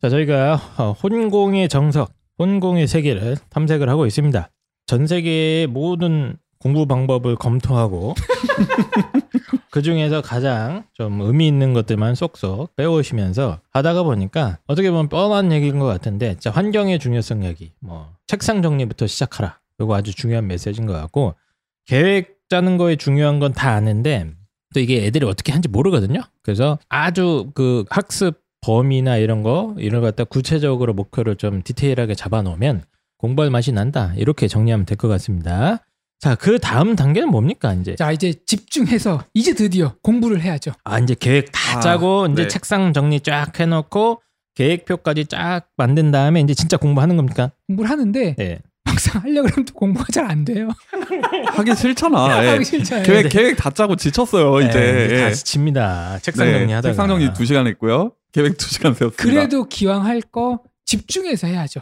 자, 저희가 어, 혼공의 정석, 혼공의 세계를 탐색을 하고 있습니다. 전 세계의 모든 공부 방법을 검토하고 그 중에서 가장 좀 의미 있는 것들만 쏙쏙 빼오시면서 하다가 보니까 어떻게 보면 뻔한 얘기인 것 같은데 진짜 환경의 중요성 얘기, 뭐 책상 정리부터 시작하라. 이거 아주 중요한 메시지인 것 같고 계획 짜는 거에 중요한 건 다 아는데 또 이게 애들이 어떻게 하는지 모르거든요. 그래서 아주 그 학습 범위나 이런 거 이런 거 갖다 구체적으로 목표를 좀 디테일하게 잡아놓으면 공부할 맛이 난다 이렇게 정리하면 될 것 같습니다. 자 그 다음 단계는 뭡니까 이제 자 이제 집중해서 이제 드디어 공부를 해야죠. 아 이제 계획 다 아, 짜고 이제 네. 책상 정리 쫙 해놓고 계획표까지 쫙 만든 다음에 이제 진짜 공부하는 겁니까? 공부를 하는데 네. 막상 하려고 하면 또 공부가 잘 안 돼요. 하기 싫잖아. 예. 하기 싫잖아요. 네. 계획 계획 다 짜고 지쳤어요 이제. 네, 예. 다 지칩니다. 책상 네, 정리하다가 책상 정리 두 시간 했고요. 계획 두 시간 세웠습니다. 그래도 기왕 할 거 집중해서 해야죠.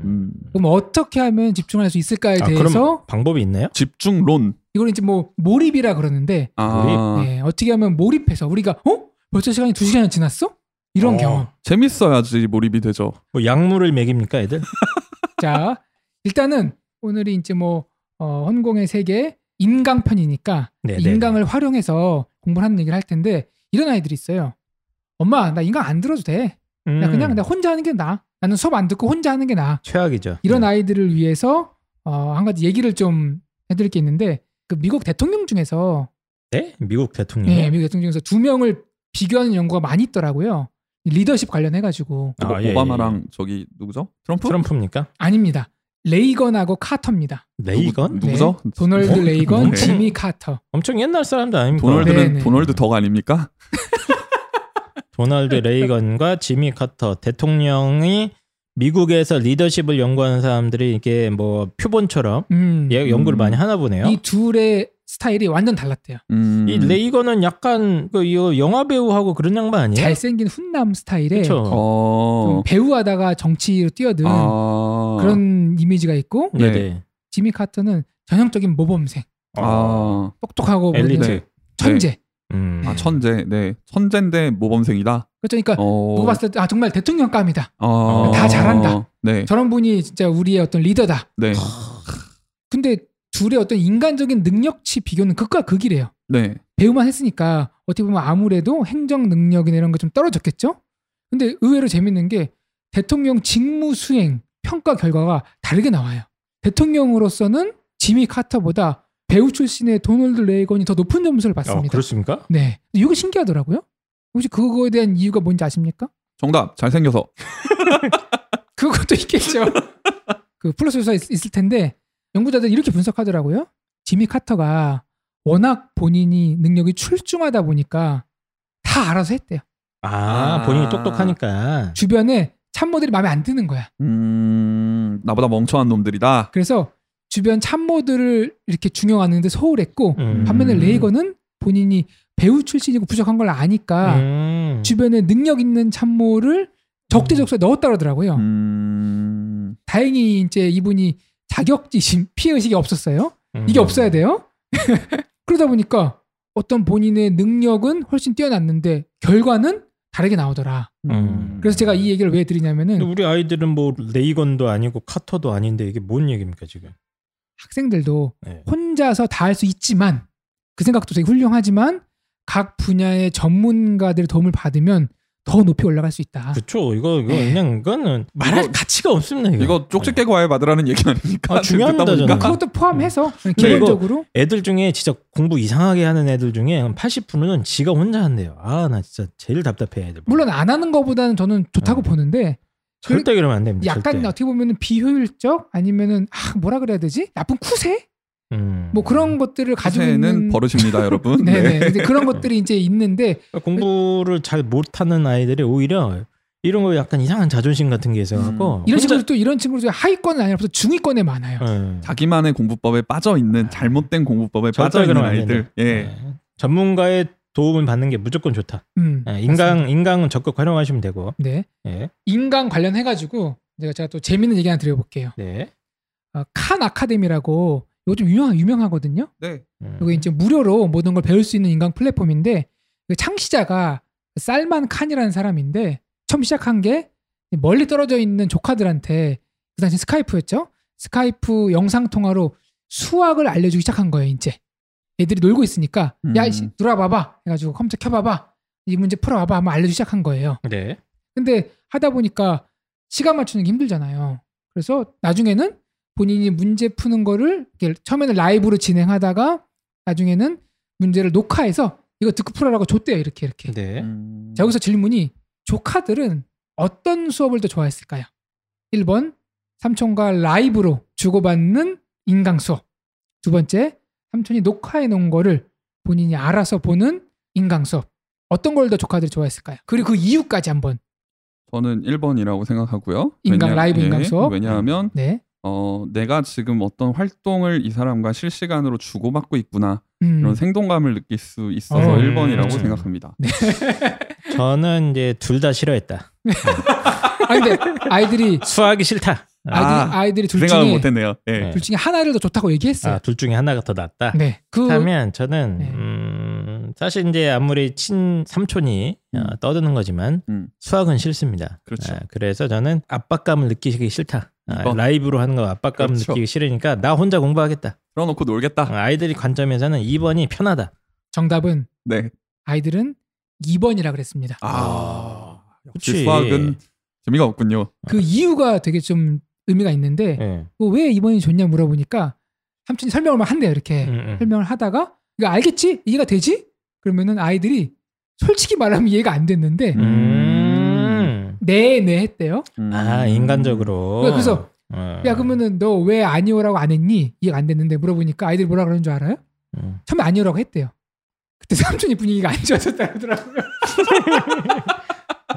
음, 그럼 어떻게 하면 집중할 수 있을까에 아, 대해서 그럼 방법이 있나요? 집중론. 이걸 이제 뭐 몰입이라 그러는데 아, 예, 어떻게 하면 몰입해서 우리가 어 벌써 시간이 두 시간이 지났어? 이런 어. 경험. 재밌어야지 몰입이 되죠. 뭐 약물을 먹입니까 애들? 자 일단은 오늘이 이제 뭐 어, 헌공의 세계 인강편이니까 네, 네, 인강을 활용해서 공부를 하는 얘기를 할 텐데 이런 아이들이 있어요. 엄마 나 인강 안 들어도 돼. 음, 나 그냥 나 혼자 하는 게 나아. 나는 수업 안 듣고 혼자 하는 게 나아. 최악이죠. 이런 네. 아이들을 위해서 어, 한 가지 얘기를 좀 해드릴 게 있는데 그 미국 대통령 중에서 네? 미국 대통령. 예, 미국 대통령 중에서 두 명을 비교하는 연구가 많이 있더라고요. 리더십 관련해 가지고 아, 오- 예, 예. 오바마랑 저기 누구죠? 트럼프? 트럼프입니까? 아닙니다. 레이건하고 카터입니다. 레이건? 누구, 누구죠? 도널드 뭐? 레이건, 네. 지미 카터. 엄청 옛날 사람도 아닙니까? 도널드는 네네. 도널드 덕 아닙니까? 도널드 레이건과 지미 카터 대통령이 미국에서 리더십을 연구하는 사람들이 이게 뭐 표본처럼 음, 예, 연구를 음. 많이 하나 보네요. 이 이, 둘의 스타일이 완전 달랐대요. 음, 레이건은 약간 그 이거 영화 배우하고 그런 양반 아니에요? 잘생긴 네. 훈남 스타일에 예? 그렇죠. 어, 좀 배우하다가 정치로 뛰어든 아, 그런 이미지가 있고 네. 네. 네. 지미 카터는 전형적인 모범생, 아, 똑똑하고 엘리트. 모범생, 네. 천재. 음. 아 천재, 네, 천재인데 모범생이다. 그러니까 어, 누구 봤을 때 아 정말 대통령감이다. 어, 다 잘한다. 네, 저런 분이 진짜 우리의 어떤 리더다. 네, 근데 둘의 어떤 인간적인 능력치 비교는 극과 극이래요. 네, 배우만 했으니까 어떻게 보면 아무래도 행정 능력이나 이런 게 좀 떨어졌겠죠? 근데 의외로 재밌는 게 대통령 직무 수행 평가 결과가 다르게 나와요. 대통령으로서는 지미 카터보다 배우 출신의 도널드 레이건이 더 높은 점수를 어, 받습니다. 그렇습니까? 네. 근데 이게 신기하더라고요. 혹시 그거에 대한 이유가 뭔지 아십니까? 정답 잘생겨서. 그것도 있겠죠. 그 플러스 요소가 있, 있을 텐데 연구자들 이렇게 분석하더라고요. 지미 카터가 워낙 본인이 능력이 출중하다 보니까 다 알아서 했대요. 아, 아. 본인이 똑똑하니까. 주변에 참모들이 마음에 안 드는 거야. 음, 나보다 멍청한 놈들이다. 그래서 주변 참모들을 이렇게 중용하는데 소홀했고 음. 반면에 레이건은 본인이 배우 출신이고 부족한 걸 아니까 음. 주변에 능력 있는 참모를 적대적소에 넣었다 그러더라고요. 음. 음, 다행히 이제 이분이 자격지심, 피해의식이 없었어요. 이게 음. 없어야 돼요. 그러다 보니까 어떤 본인의 능력은 훨씬 뛰어났는데 결과는 다르게 나오더라. 음. 그래서 제가 이 얘기를 왜 근데 드리냐면은 우리 아이들은 뭐 레이건도 아니고 카터도 아닌데 이게 뭔 얘기입니까 지금? 학생들도 네. 혼자서 다 할 수 있지만 그 생각도 되게 훌륭하지만 각 분야의 전문가들의 도움을 받으면 더 높이 올라갈 수 있다. 그쵸 이거 이거 아. 네. 그냥 이거는 말할 이거- 가치가 없습니다 이거. 이거 쪽지 깨고 와야 받으라는 얘기 아닙니까? 아, 지금 중요합니다, 듣다 보니까. 저는. 그러니까 그것도 음. 포함해서 기본적으로 애들 중에 진짜 공부 이상하게 하는 애들 중에 80%는 지가 혼자 한대요. 아 나 진짜 제일 답답해 애들. 물론 그 안 하는 것보다는 저는 좋다고 보는데 절대 그러면 안 됩니다. 약간 음. 절대. 어떻게 보면 비효율적 아니면은 아, 뭐라 그래야 되지 나쁜 쿠세 음. 뭐 그런 것들을 가지고 새는 있는 버릇입니다, 여러분. 네네 근데 그런 것들이 이제 있는데 그러니까 공부를 잘 못하는 아이들이 오히려 이런 거 약간 이상한 자존심 같은 게 있어갖고 음, 이런 혼자- 친구들 또 이런 친구들 중에 하위권은 아니라 벌써 중위권에 많아요 예. 자기만의 공부법에 빠져 있는 잘못된 공부법에 절대 빠져 있는 그러면 안 된다. 아이들. 네. 예. 예. 전문가의 도움을 받는 게 무조건 좋다. 음, 예, 인강 인강은 적극 활용하시면 되고. 네 예. 인간 관련해 가지고 제가 제가 또 재밌는 얘기 하나 드려볼게요 네. 어, 칸 아카데미라고 이거 좀 유명 유명하거든요 네. 음. 이거 이제 무료로 모든 걸 배울 수 있는 인간 플랫폼인데 그 창시자가 살만 칸이라는 사람인데 처음 시작한 게 멀리 떨어져 있는 조카들한테 그 당시 스카이프였죠. 스카이프 영상 통화로 수학을 알려주기 시작한 거예요. 이제 애들이 놀고 있으니까 야 음. 이씨 들어와봐봐 해가지고 컴퓨터 켜봐봐 이 문제 풀어봐봐 하면 알려주기 시작한 거예요. 네. 근데 하다 보니까 시간 맞추는 게 힘들잖아요. 그래서 나중에는 본인이 문제 푸는 거를 이렇게 처음에는 라이브로 진행하다가 나중에는 문제를 녹화해서 이거 듣고 풀어라고 줬대요. 이렇게 이렇게. 네. 음. 자, 여기서 질문이 조카들은 어떤 수업을 더 좋아했을까요? 1번 삼촌과 라이브로 주고받는 인강 수업. 두 번째 삼촌이 녹화해 놓은 거를 본인이 알아서 보는 인강 수업. 어떤 걸 더 조카들이 좋아했을까요? 그리고 그 이유까지 한번. 저는 1번이라고 생각하고요. 인강, 왜냐- 라이브 예, 인강 수업? 왜냐하면 네. 어, 내가 지금 어떤 활동을 이 사람과 실시간으로 주고받고 있구나 음. 이런 생동감을 느낄 수 있어서 어, 네, 1번이라고 그렇죠. 생각합니다. 저는 이제 둘 다 싫어했다. 아니 근데 아이들이 수학이 싫다. 아이들이, 아, 이들이둘그 생각을 중에 못했네요. 예. 네. 둘 중에 하나를 더 좋다고 얘기했어요. 아, 둘 중에 하나가 더 낫다. 네. 그 그렇다면 저는 네. 음, 사실 이제 아무리 친 삼촌이 음. 어, 떠드는 거지만 음. 수학은 싫습니다. 그렇죠. 아, 그래서 저는 압박감을 느끼기 싫다. 아, 이번. 라이브로 하는 거 압박감 그렇죠. 느끼기 싫으니까 나 혼자 공부하겠다. 틀어놓고 놀겠다. 아, 아이들이 관점에서는 2번이 편하다. 정답은 네. 아이들은 2번이라 그랬습니다. 아, 역시 그치. 수학은 재미가 없군요. 그 이유가 되게 좀 의미가 있는데 네. 예. 그왜 2번이 좋냐 물어보니까 삼촌이 설명을 막 한대요. 이렇게 음, 음. 설명을 하다가 이거 알겠지? 이해가 되지? 그러면은 아이들이 솔직히 말하면 이해가 안 됐는데 음. 음. 네네 했대요. 음. 아 인간적으로. 그래서 어. 아. 야 그러면은 너 왜 아니오라고 안 했니? 이해가 안 됐는데 물어보니까 아이들이 뭐라 그러는 줄 알아요? 음. 처음에 아니오라고 했대요. 그때 삼촌이 분위기가 안 좋아졌다 그러더라고요.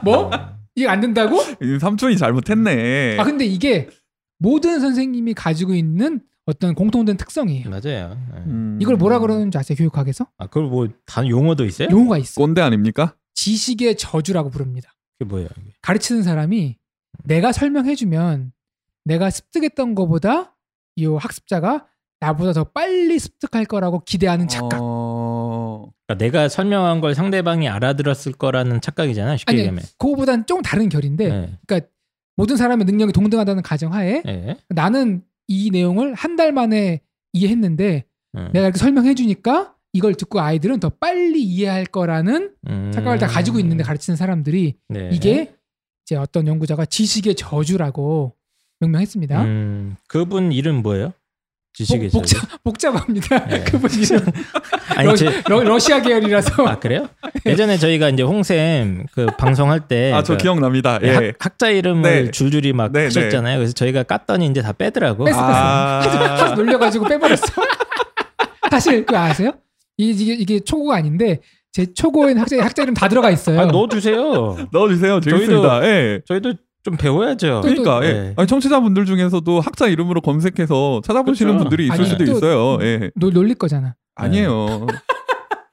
뭐? 이해가 안 된다고? 이 삼촌이 잘못했네. 아 근데 이게 모든 선생님이 가지고 있는 어떤 공통된 특성이에요. 맞아요. 예. 음. 이걸 뭐라 그러는지 아세요? 교육학에서? 아 그걸 뭐단 용어도 있어요? 용어가 있어. 요 꼰대 아닙니까? 지식의 저주라고 부릅니다. 그게 뭐예요? 이게? 가르치는 사람이 내가 설명해주면 내가 습득했던 것보다 이 학습자가 나보다 더 빨리 습득할 거라고 기대하는 음, 착각. 어... 그러니까 내가 설명한 걸 상대방이 알아들었을 거라는 착각이잖아. 쉽게 아니, 얘기하면. 그거보단 좀 다른 결인데 예. 모든 사람의 능력이 동등하다는 가정하에 예. 나는 이 내용을 한 달 만에 이해했는데 예. 내가 이렇게 설명해주니까 이걸 듣고 아이들은 더 빨리 이해할 거라는 음. 착각을 다 가지고 있는데 가르치는 사람들이 네. 이게 이제 어떤 연구자가 지식의 저주라고 명명했습니다. 음, 그분 이름 뭐예요? 지식의 복, 저주. 복잡, 복잡합니다. 네. 그분 이름 아니 제, 러, 러시아 계열이라서 아 그래요? 예전에 저희가 이제 홍쌤 그 방송할 때 아, 저 그 기억납니다. 예. 학, 학자 이름을 네. 줄줄이 막 네, 하셨잖아요. 그래서 저희가 깠더니 이제 다 빼더라고. 뺐어. 아, 놀려가지고 빼버렸어. 사실 그 아세요? 이- 이게 이게 초고가 아닌데 제 초고엔 학자 학자 이름 다 들어가 있어요. 아, 넣어주세요. 넣어주세요. 재밌습니다. 예. 저희도 좀 배워야죠. 또- 그러니까 예. 네. 아니, 청취자분들 중에서도 학자 이름으로 검색해서 찾아보시는 그렇죠. 분들이 있을 아니, 수도 또- 있어요. 예. 놀- 놀릴 거잖아. 아니에요.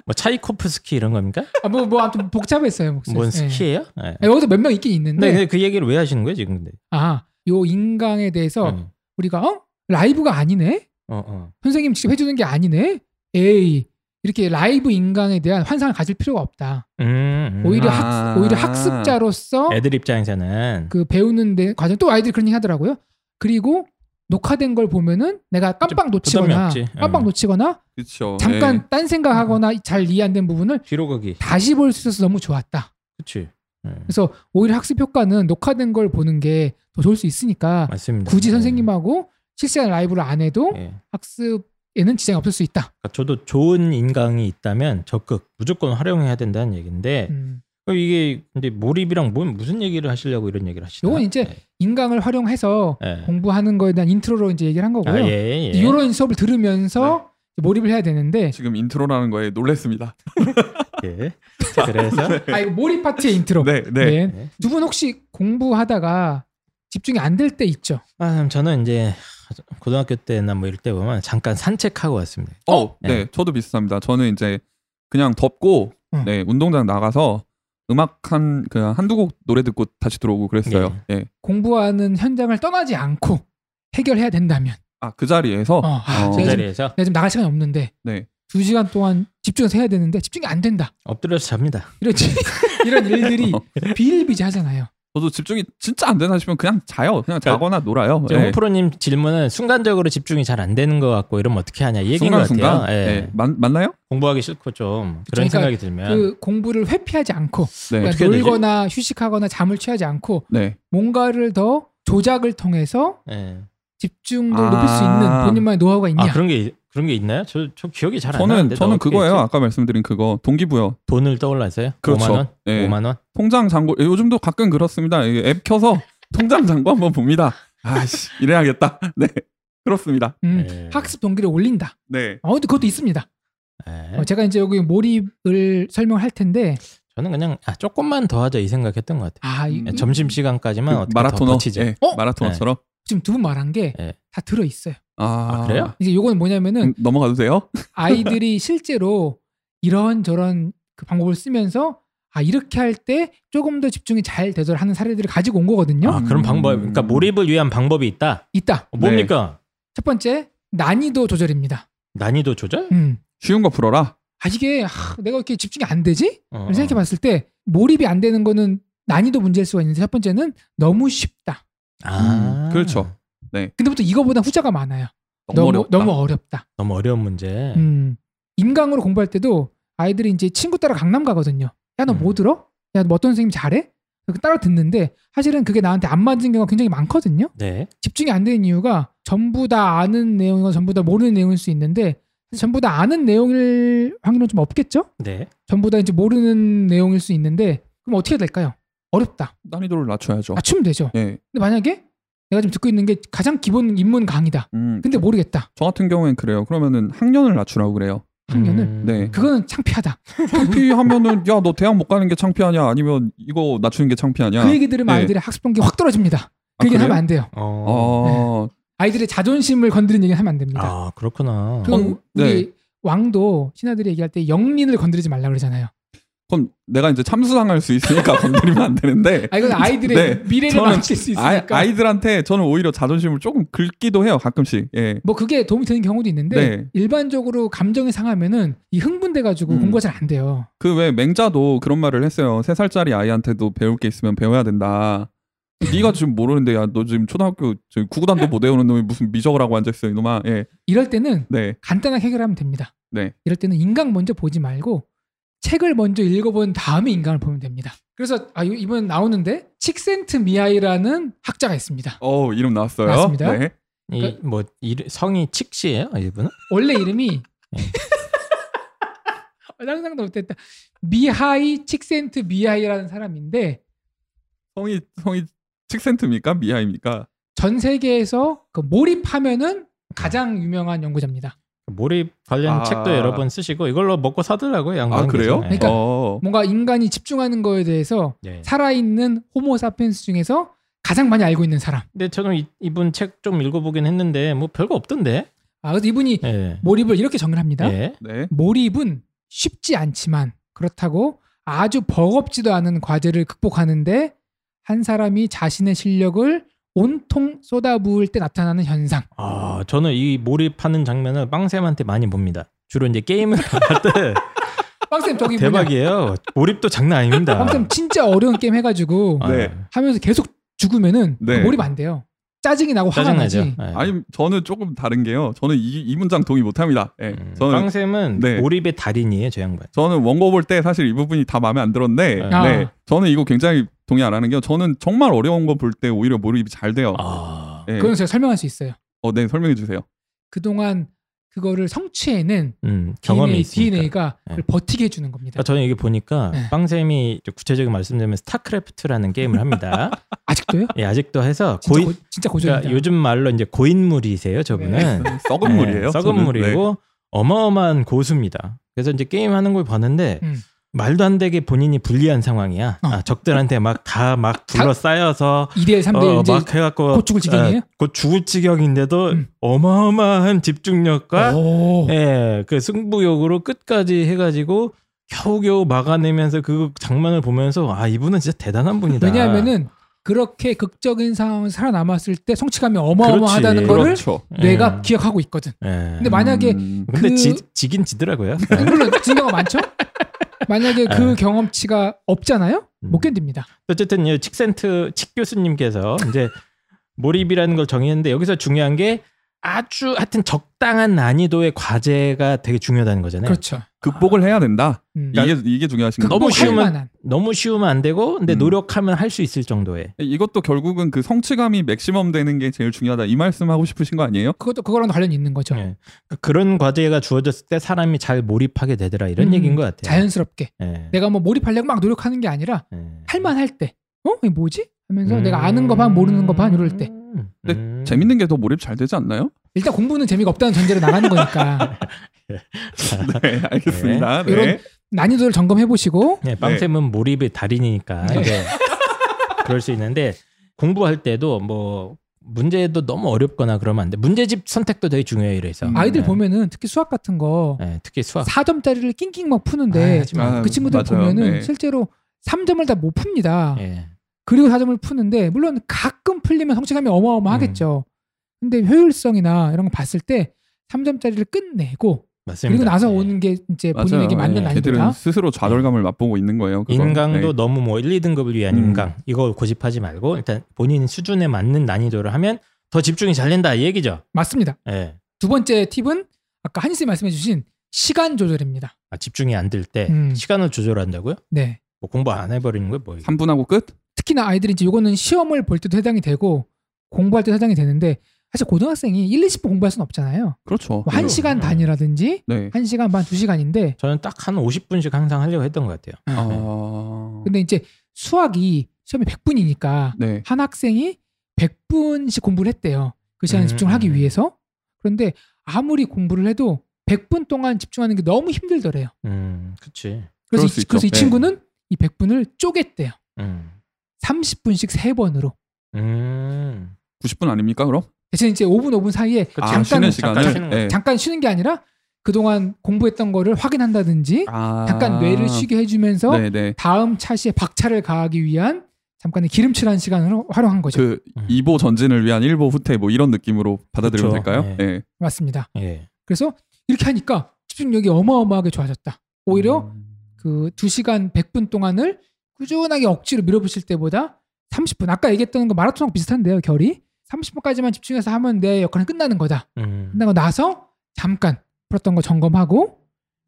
뭐 차이코프스키 이런 겁니까? 아, 뭐, 뭐, 아무튼 복잡했어요. 목소리. 뭔 예. 스키예요? 네. 아, 여기도 몇 명 있긴 근데 있는데, 근데 그 얘기를 왜 하시는 거예요 지금? 근데? 아, 요 인강에 대해서 음. 우리가, 어? 라이브가 아니네? 어, 어. 선생님 직접 해주는 게 아니네? 에이, 이렇게 라이브 인강에 대한 환상을 가질 필요가 없다. 음, 음. 오히려, 아. 학, 오히려 학습자로서 애들 입장에서는 그 배우는 데 과정, 또 아이들이 그런 얘기 하더라고요. 그리고 녹화된 걸 보면은 내가 깜빡 부담이 놓치거나, 없지. 깜빡 음. 네. 놓치거나, 그렇죠. 잠깐 딴 생각하거나 잘 이해 안 된 부분을 뒤로 가기. 네. 다시 볼 수 있어서 너무 좋았다. 그렇지. 그래서 오히려 학습 효과는 녹화된 걸 보는 게 더 좋을 수 있으니까 맞습니다. 굳이 예. 선생님하고 실시간 라이브를 안 해도 예. 학습에는 지장이 없을 수 있다. 그러니까 저도 좋은 인강이 있다면 적극 무조건 활용해야 된다는 얘기인데 음. 그럼 이게 근데 몰입이랑 뭔 무슨 얘기를 하시려고 이런 얘기를 하시죠? 네. 예. 요건 이제 인강을 활용해서 공부하는 거에 대한 인트로로 이제 얘기를 한 거고요. 아, 예, 네. 예. 이런 수업을 들으면서 몰입을 해야 되는데 지금 인트로라는 거에 놀랬습니다. 예. 그래서 아 이거 몰입 파티의 인트로. 네, 네. 네. 두 분 혹시 공부하다가 집중이 안 될 때 있죠? 아, 그럼 저는 이제 고등학교 때나 뭐 이럴 때 보면 잠깐 산책하고 왔습니다. 어, 네. 네. 저도 비슷합니다. 저는 이제 그냥 덥고 음. 응. 네, 운동장 나가서 음악 한 그냥 한두 곡 노래 듣고 다시 들어오고 그랬어요. 네. 예. 공부하는 현장을 떠나지 않고 해결해야 된다면 아, 그 자리에서 어, 아, 어. 그 제가, 지금, 자리에서 내가 지금 나갈 시간이 없는데 네. 두 시간 동안 집중해서 해야 되는데 집중이 안 된다. 엎드려서 잡니다. 어. 이런 지- 이런 일들이 비일비재하잖아요. 저도 집중이 진짜 안 되나 싶으면 그냥 자요. 그냥 그러니까 자거나 놀아요. 네. 지금 홍프로님 질문은 순간적으로 집중이 잘 안 되는 것 같고 이러면 어떻게 하냐 이 얘기인 것 같아요. 순간순간. 예. 예. 맞, 맞나요? 공부하기 싫고 좀 그런 그러니까 생각이 들면 그 공부를 회피하지 않고 네. 그러니까 네. 어떻게 해야 되지? 놀거나 휴식하거나 잠을 취하지 않고 네. 뭔가를 더 조작을 통해서 예. 집중도를 아. 높일 수 있는 본인만의 노하우가 있냐? 아 그런 게 그런 게 있나요? 저, 저 기억이 잘 안 저는 나는데 저는 어떻게 그거예요. 했지? 아까 말씀드린 그거 동기부여. 돈을 떠올라서요? 그렇죠. 5만 원? 예. 5만 원? 통장 잔고 예, 요즘도 가끔 그렇습니다. 이앱 켜서 통장 잔고 한번 봅니다. 아씨 이래야겠다. 네 그렇습니다. 음, 예. 학습 동기를 올린다. 네. 어, 근데 그것도 있습니다. 예. 어, 제가 이제 여기 몰입을 설명할 텐데 저는 그냥 아, 조금만 더 하자 이 생각했던 것 같아요. 아 이, 예, 점심 시간까지만 그 어떻게 더 마라토너 버티자. 예, 어? 마라토너처럼 지금 두 분 말한 게 예. 다 들어 있어요. 아, 아, 그래요? 이제 요거는 뭐냐면은 음, 넘어가도 돼요? 아이들이 실제로 이런 저런 그 방법을 쓰면서 아 이렇게 할 때 조금 더 집중이 잘 되도록 하는 사례들을 가지고 온 거거든요. 아 그런 방법, 그러니까 음. 몰입을 위한 방법이 있다. 있다. 어, 네. 뭡니까? 첫 번째 난이도 조절입니다. 난이도 조절? 음. 쉬운 거 풀어라. 아 이게 하, 내가 이렇게 집중이 안 되지? 어, 아. 어. 생각해 봤을 때 몰입이 안 되는 거는 난이도 문제일 수가 있는데 첫 번째는 너무 쉽다. 아, 음, 그렇죠. 근데 보통 이거보다 후자가 많아요. 너무 어렵다. 너무 어렵다. 너무 어려운 문제. 음. 임강으로 공부할 때도 아이들이 이제 친구 따라 강남 가거든요. 야, 너 뭐 음. 들어? 야, 너 어떤 선생님 잘해? 이렇게 따라 듣는데 사실은 그게 나한테 안 맞는 경우가 굉장히 많거든요. 네. 집중이 안 되는 이유가 전부 다 아는 내용이고 전부 다 모르는 내용일 수 있는데 전부 다 아는 내용일 확률은 좀 없겠죠? 네. 전부 다 이제 모르는 내용일 수 있는데 그럼 어떻게 해야 될까요? 어렵다. 난이도를 낮춰야죠. 맞추면 되죠. 예. 근데 만약에 내가 지금 듣고 있는 게 가장 기본 입문 강의다. 음, 근데 모르겠다. 저 같은 경우엔 그래요. 그러면은 학년을 낮추라고 그래요. 학년을. 음, 네. 그거는 창피하다. 창피하면은 야 너 대학 못 가는 게 창피하냐? 아니면 이거 낮추는 게 창피하냐? 그 얘기 들으면 예. 네. 아이들의 학습 동기 확 떨어집니다. 아, 그 얘기는 그래요? 하면 안 돼요. 네. 어. 어, 아이들의 자존심을 건드리는 얘기는 하면 안 됩니다. 아 그렇구나. 그러니까 그 어, 우리 왕도 신하들이 얘기할 때 영린을 건드리지 말라 그러잖아요. 그럼 내가 이제 참수당할 수 있으니까 건드리면 안 되는데. 아 이건 아이들의 네. 미래를 저는 망칠 수 아이, 있으니까. 아이들한테 저는 오히려 자존심을 조금 긁기도 해요 가끔씩 예 뭐 그게 도움이 되는 경우도 있는데 네. 일반적으로 감정이 상하면은 이 흥분돼 가지고 음. 공부가 잘 안 돼요. 그 왜 맹자도 그런 말을 했어요 세 살짜리 아이한테도 배울 게 있으면 배워야 된다 네가 지금 모르는데 야 너 지금 초등학교 저기 구구단도 못 외우는 놈이 무슨 미적을 하고 앉아 있어 이놈아 예, 이럴 때는 예네 간단하게 해결하면 됩니다. 네. 이럴 때는 인강 먼저 보지 말고 책을 먼저 읽어본 다음에 인강을 보면 됩니다. 그래서 아 이번 나오는데 칙센트 미아이라는 학자가 있습니다. 어 이름 나왔어요 맞습니다. 네. 이 그러니까 뭐 성이 칙시예요, 이분은? 원래 이름이 네. 어, 상상도 못했다. 미하이 칙센트 미하이라는 사람인데 성이 성이 칙센트입니까 미아입니까 전 세계에서 그 몰입하면은 가장 유명한 연구자입니다. 몰입 관련 아. 책도 여러 번 쓰시고 이걸로 먹고 사더라고요. 아 양반 그래요 계시네. 그러니까- 어, 뭔가 인간이 집중하는 거에 대해서 네. 살아있는 호모사피엔스 중에서 가장 많이 알고 있는 사람. 근데 저는 이, 이분 책 좀 읽어보긴 했는데 뭐 별거 없던데. 아, 그래서 이분이 예. 몰입을 이렇게 예. 정의합니다. 네 그러니까 몰입은 쉽지 않지만 그렇다고 아주 버겁지도 않은 과제를 극복하는데 한 사람이 자신의 실력을 온통 쏟아부을 때 나타나는 현상. 아 저는 이 몰입하는 장면을 빵쌤한테 많이 봅니다. 주로 이제 게임을 할때 빵쌤 저기 뭐냐? 대박이에요. 몰입도 장난 아닙니다. 빵쌤 진짜 어려운 게임 해가지고 아, 네. 하면서 계속 죽으면은 네. 몰입 안 돼요. 짜증이 나고 화가 짜증나죠. 나지. 예. 아니 저는 조금 다른 게요 저는 이, 이 문장 동의 못합니다 예 음, 저는 빵쌤은 네. 몰입의 달인이에요, 저 양반. 저는 원고 볼 때 사실 이 부분이 다 마음에 안 들었는데 아. 네, 저는 이거 굉장히 동의 안 하는 게요. 저는 정말 어려운 거 볼 때 오히려 몰입이 잘 돼요. 아, 네. 그건 제가 설명할 수 있어요. 어, 네 설명해 주세요. 그동안 그거를 성취해낸 음, 경험이 DNA, 있으니까. DNA가 네. 그걸 버티게 해주는 겁니다. 그러니까 저는 이게 보니까 네. 빵쌤이 이제 구체적인 말씀드리면 스타크래프트라는 게임을 합니다. 아직도요? 예, 아직도 해서 진짜, 고인 고, 진짜 그러니까 고전이다. 요즘 말로 이제 고인물이세요, 저분은. 썩은 네, 물이에요. 썩은 저는. 네. 물이고 어마어마한 고수입니다. 그래서 이제 게임 하는 걸 봤는데 음. 말도 안 되게 본인이 불리한 상황이야. 어. 아, 적들한테 막 다 막 둘러싸여서 2대1, 3대1 어, 이제 막 해갖고 곧 죽을 지경이에요? 예, 곧 죽을 지경인데도 음. 어마어마한 집중력과 오. 예, 그 승부욕으로 끝까지 해가지고 겨우겨우 막아내면서 그 장면을 보면서 아 이분은 진짜 대단한 분이다. 왜냐하면은 그렇게 극적인 상황에서 살아남았을 때 성취감이 어마어마하다는 그렇지. 거를 그렇죠. 예. 뇌가 기억하고 있거든. 예. 근데 만약에 음, 근데 그- 지, 지긴 지더라고요. 물론 증거가 많죠. 만약에 예. 그 경험치가 없잖아요? 못 견딥니다. 음. 어쨌든 이 칙센트 칙 교수님께서 이제 몰입이라는 걸 정의했는데 여기서 중요한 게 아주 하여튼 적당한 난이도의 과제가 되게 중요하다는 거잖아요. 그렇죠. 극복을 해야 된다. 음. 이게 이게 중요하신 거죠. 네. 너무 극복할 쉬우면- 만한. 너무 쉬우면 안 되고 근데 음. 노력하면 할 수 있을 정도의 이것도 결국은 그 성취감이 맥시멈 되는 게 제일 중요하다. 이 말씀 하고 싶으신 거 아니에요? 그것도 그거랑 관련이 있는 거죠. 예. 그런 과제가 주어졌을 때 사람이 잘 몰입하게 되더라 이런 음, 얘기인 것 같아요. 자연스럽게 예. 내가 뭐 몰입하려고 막 노력하는 게 아니라 예. 할만할 때, 어, 이게 뭐지? 하면서 음. 내가 아는 거 반 모르는 거 반 이럴 때 음. 근데 음. 네, 재밌는 게 더 몰입 잘 되지 않나요? 일단 공부는 재미가 없다는 전제로 나가는 거니까 네, 알겠습니다. 네. 이런- 난이도를 점검해 보시고 예, 빵쌤은 몰입의 달인이니까 네. 이제 그럴 수 있는데 공부할 때도 뭐 문제도 너무 어렵거나 그러면 안 돼. 문제집 선택도 되게 중요해요. 이래서 음. 아이들 예. 보면은 특히 수학 같은 거 예, 특히 수학. 4점짜리를 낑낑 막 아이, 푸는데 하지 마. 어. 아, 그 친구들 맞아요. 보면은 네. 실제로 3점을 다 못 풉니다. 예. 그리고 4점을 푸는데 물론 가끔 풀리면 성취감이 어마어마하겠죠. 음. 근데 효율성이나 이런 거 봤을 때 3점짜리를 끝내고 맞습니다. 그리고 나서 예. 오는 게 이제 네. 맞아요. 본인에게 맞는 예, 난이도다. 걔들은 스스로 좌절감을 맛보고 있는 거예요. 그건. 인강도 너무 뭐 1, 2등급을 위한 네. 음. 인강 이거 고집하지 말고 일단 본인 수준에 맞는 난이도를 하면 더 집중이 잘 된다 이 얘기죠. 맞습니다. 예. 두 번째 팁은 아까 한이 쌤 말씀해 주신 시간 조절입니다. 아, 집중이 안 될 때 음. 시간을 조절한다고요? 네. 뭐 공부 안 해버리는 거예요? 뭐 네. 이게? 3분하고 끝? 특히나 아이들이 이제 이거는 시험을 볼 때도 해당이 되고 공부할 때도 해당이 되는데 사실 고등학생이 1, 20분 공부할 수는 없잖아요. 그렇죠. 뭐 1시간 단이라든지 네. 1시간 반, 2시간인데 저는 딱 한 50분씩 항상 하려고 했던 것 같아요. 아... 근데 이제 수학이 시험이 100분이니까 네. 한 학생이 100분씩 공부를 했대요. 그 시간에 음, 집중을 하기 음. 위해서. 그런데 아무리 공부를 해도 100분 동안 집중하는 게 너무 힘들더래요. 음, 그치. 그래서, 그럴 수 이, 그래서 이 있죠. 네. 친구는 이 100분을 쪼갰대요. 음. 30분씩 3번으로. 음. 90분 아닙니까 그럼? 대신 이제 5분, 5분 사이에 그치. 아, 잠깐, 쉬는 시간을. 잠깐 쉬는 거. 네. 잠깐 쉬는 게 아니라 그동안 공부했던 거를 확인한다든지 아... 잠깐 뇌를 쉬게 해주면서 네네. 다음 차시에 박차를 가하기 위한 잠깐의 기름칠한 시간으로 활용한 거죠. 그 음. 2보 전진을 위한 1보 후퇴 뭐 이런 느낌으로 받아들이면 그렇죠. 될까요? 네. 네. 맞습니다. 예. 그래서 이렇게 하니까 집중력이 어마어마하게 좋아졌다. 오히려 음. 그 2시간 100분 동안을 꾸준하게 억지로 밀어붙일 때보다 30분 아까 얘기했던 거 마라톤하고 비슷한데요. 결이 30분까지만 집중해서 하면 내 역할은 끝나는 거다. 음. 끝나고 나서 잠깐 풀었던 거 점검하고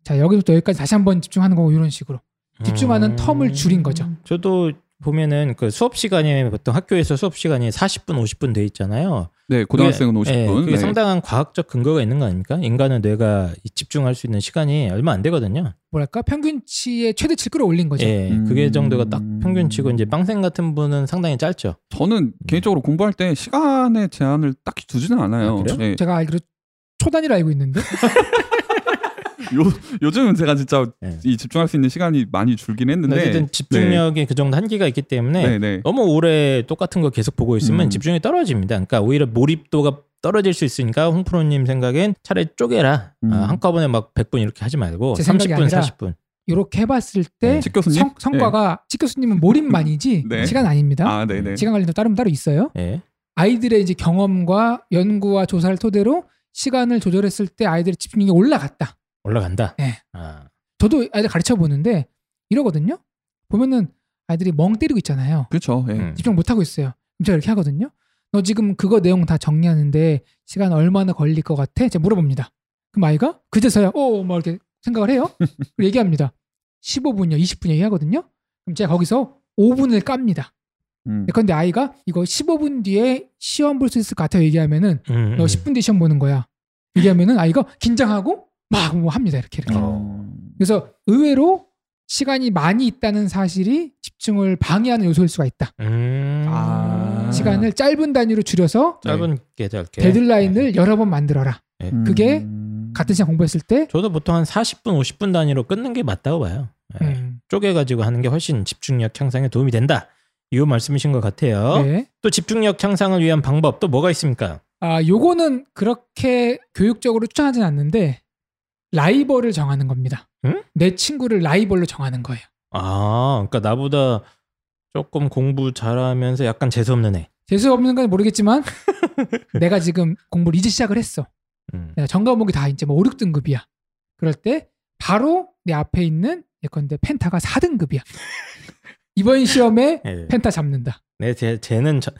자 여기부터 여기까지 다시 한번 집중하는 거고 이런 식으로 집중하는 텀을 줄인 거죠. 음. 저도 보면은 그 수업 시간에 보통 학교에서 수업 시간이 40분, 50분 돼 있잖아요. 네 고등학생은 예, 50분. 그게 네. 상당한 과학적 근거가 있는 거 아닙니까? 인간의 뇌가 이 집중할 수 있는 시간이 얼마 안 되거든요. 뭐랄까 평균치의 최대치를 끌어올린 거죠. 예, 음. 그게 정도가 딱 평균치고 이제 빵생 같은 분은 상당히 짧죠. 음. 저는 개인적으로 공부할 때 시간의 제한을 딱히 두지는 않아요. 아, 그래요? 네. 제가 알기로 초단이라 알고 있는데 요 요즘은 제가 진짜 네. 이 집중할 수 있는 시간이 많이 줄긴 근데 했는데. 어쨌든 집중력이 그 정도 한계가 있기 때문에 네. 네. 너무 오래 똑같은 거 계속 보고 있으면 음. 집중이 떨어집니다. 그러니까 오히려 몰입도가 떨어질 수 있으니까 홍프로님 생각엔 차라리 쪼개라. 음. 아, 한꺼번에 막 100분 이렇게 하지 말고 제 생각이 30분, 아니라 40분. 이렇게 해봤을 때 네. 직 교수님. 성, 성과가 치 교수님은 몰입만이지 네. 시간 아닙니다. 아 네네. 시간 관리도 따로 따로 있어요. 예. 아이들의 이제 경험과 연구와 조사를 토대로 시간을 조절했을 때 아이들의 집중력이 올라갔다. 올라간다. 예. 아, 저도 아이들 가르쳐 보는데 이러거든요. 보면은 아이들이 멍 때리고 있잖아요. 그렇죠. 예. 음. 집중 못 하고 있어요. 그럼 제가 이렇게 하거든요. 너 지금 그거 내용 다 정리하는데 시간 얼마나 걸릴 것 같아? 제가 물어봅니다. 그럼 아이가 그제서야 어, 오막 이렇게 생각을 해요. 그리고 얘기합니다. 15분이요, 20분 얘기하거든요. 그럼 제가 거기서 5분을 깝니다. 음. 근데 예, 아이가 이거 15분 뒤에 시험 볼 수 있을 것 같아요. 얘기하면은 음, 너 음. 10분 뒤 시험 보는 거야. 얘기하면은 아이가 긴장하고 막 뭐 합니다. 이렇게 이렇게. 어. 그래서 의외로 시간이 많이 있다는 사실이 집중을 방해하는 요소일 수가 있다. 음. 아. 시간을 짧은 단위로 줄여서 짧은 예. 게 짧게. 데드라인을 여러 번 만들어라. 그게 음. 같은 시간 공부했을 때 저도 보통 한 40분, 50분 단위로 끊는 게 맞다고 봐요. 예. 음, 쪼개가지고 하는 게 훨씬 집중력 향상에 도움이 된다. 이 말씀이신 것 같아요. 네. 또 집중력 향상을 위한 방법 또 뭐가 있습니까? 아, 요거는 그렇게 교육적으로 추천하진 않는데 라이벌을 정하는 겁니다. 응? 내 친구를 라이벌로 정하는 거예요. 아, 그러니까 나보다 조금 공부 잘하면서 약간 재수 없는 애. 재수 없는 건 모르겠지만 내가 지금 공부를 이제 시작을 했어. 음. 내가 전 과목이 다 이제 뭐 5, 6등급이야. 그럴 때 바로 내 앞에 있는 예컨대 펜타가 4등급이야. 이번 네. 시험에 예. 펜타 잡는다. 네, 제, 쟤는 저,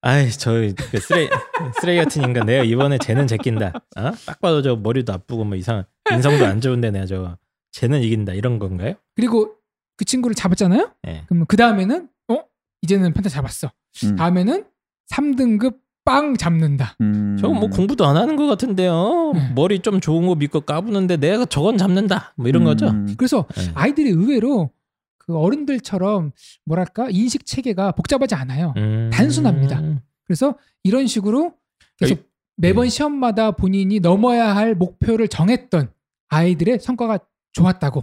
아이 저그 쓰레 쓰레기 같은 인간 내가 이번에 쟤는 제낀다. 어? 딱 봐도 저 머리도 아프고 뭐 이상 인성도 안 좋은데 내가 저 쟤는 이긴다 이런 건가요? 그리고 그 친구를 잡았잖아요. 예. 그러면 그 다음에는 어 이제는 펜타 잡았어. 음. 다음에는 3등급 빵 잡는다. 음. 저건 뭐 공부도 안 하는 것 같은데요. 네. 머리 좀 좋은 거 믿고 까부는데 내가 저건 잡는다 뭐 이런 거죠. 음. 그래서 예. 아이들이 의외로 그 어른들처럼 뭐랄까 인식 체계가 복잡하지 않아요. 음. 단순합니다. 그래서 이런 식으로 계속 매번 네. 시험마다 본인이 넘어야 할 목표를 정했던 아이들의 성과가 좋았다고.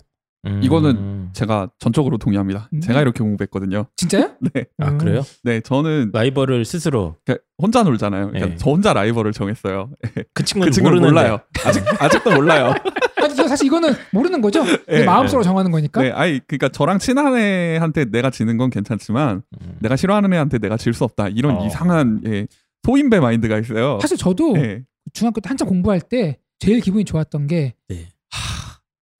음. 이거는 제가 전적으로 동의합니다. 음. 네. 제가 이렇게 공부했거든요. 진짜요? 음. 네, 아 그래요? 네, 저는 라이벌을 스스로 그냥 혼자 놀잖아요. 그러니까 예. 저 혼자 라이벌을 정했어요. 그 그 친구는 친구는 모르는데. 몰라요. 아직 아직도 몰라요. 아니, 저 사실 이거는 모르는 거죠. 내 예, 마음속으로 정하는 거니까. 네, 아이 그러니까 저랑 친한 애한테 내가 지는 건 괜찮지만 음. 내가 싫어하는 애한테 내가 질 수 없다. 이런 어. 이상한 예, 소인배 마인드가 있어요. 사실 저도 예. 중학교 때 한참 공부할 때 제일 기분이 좋았던 네. 게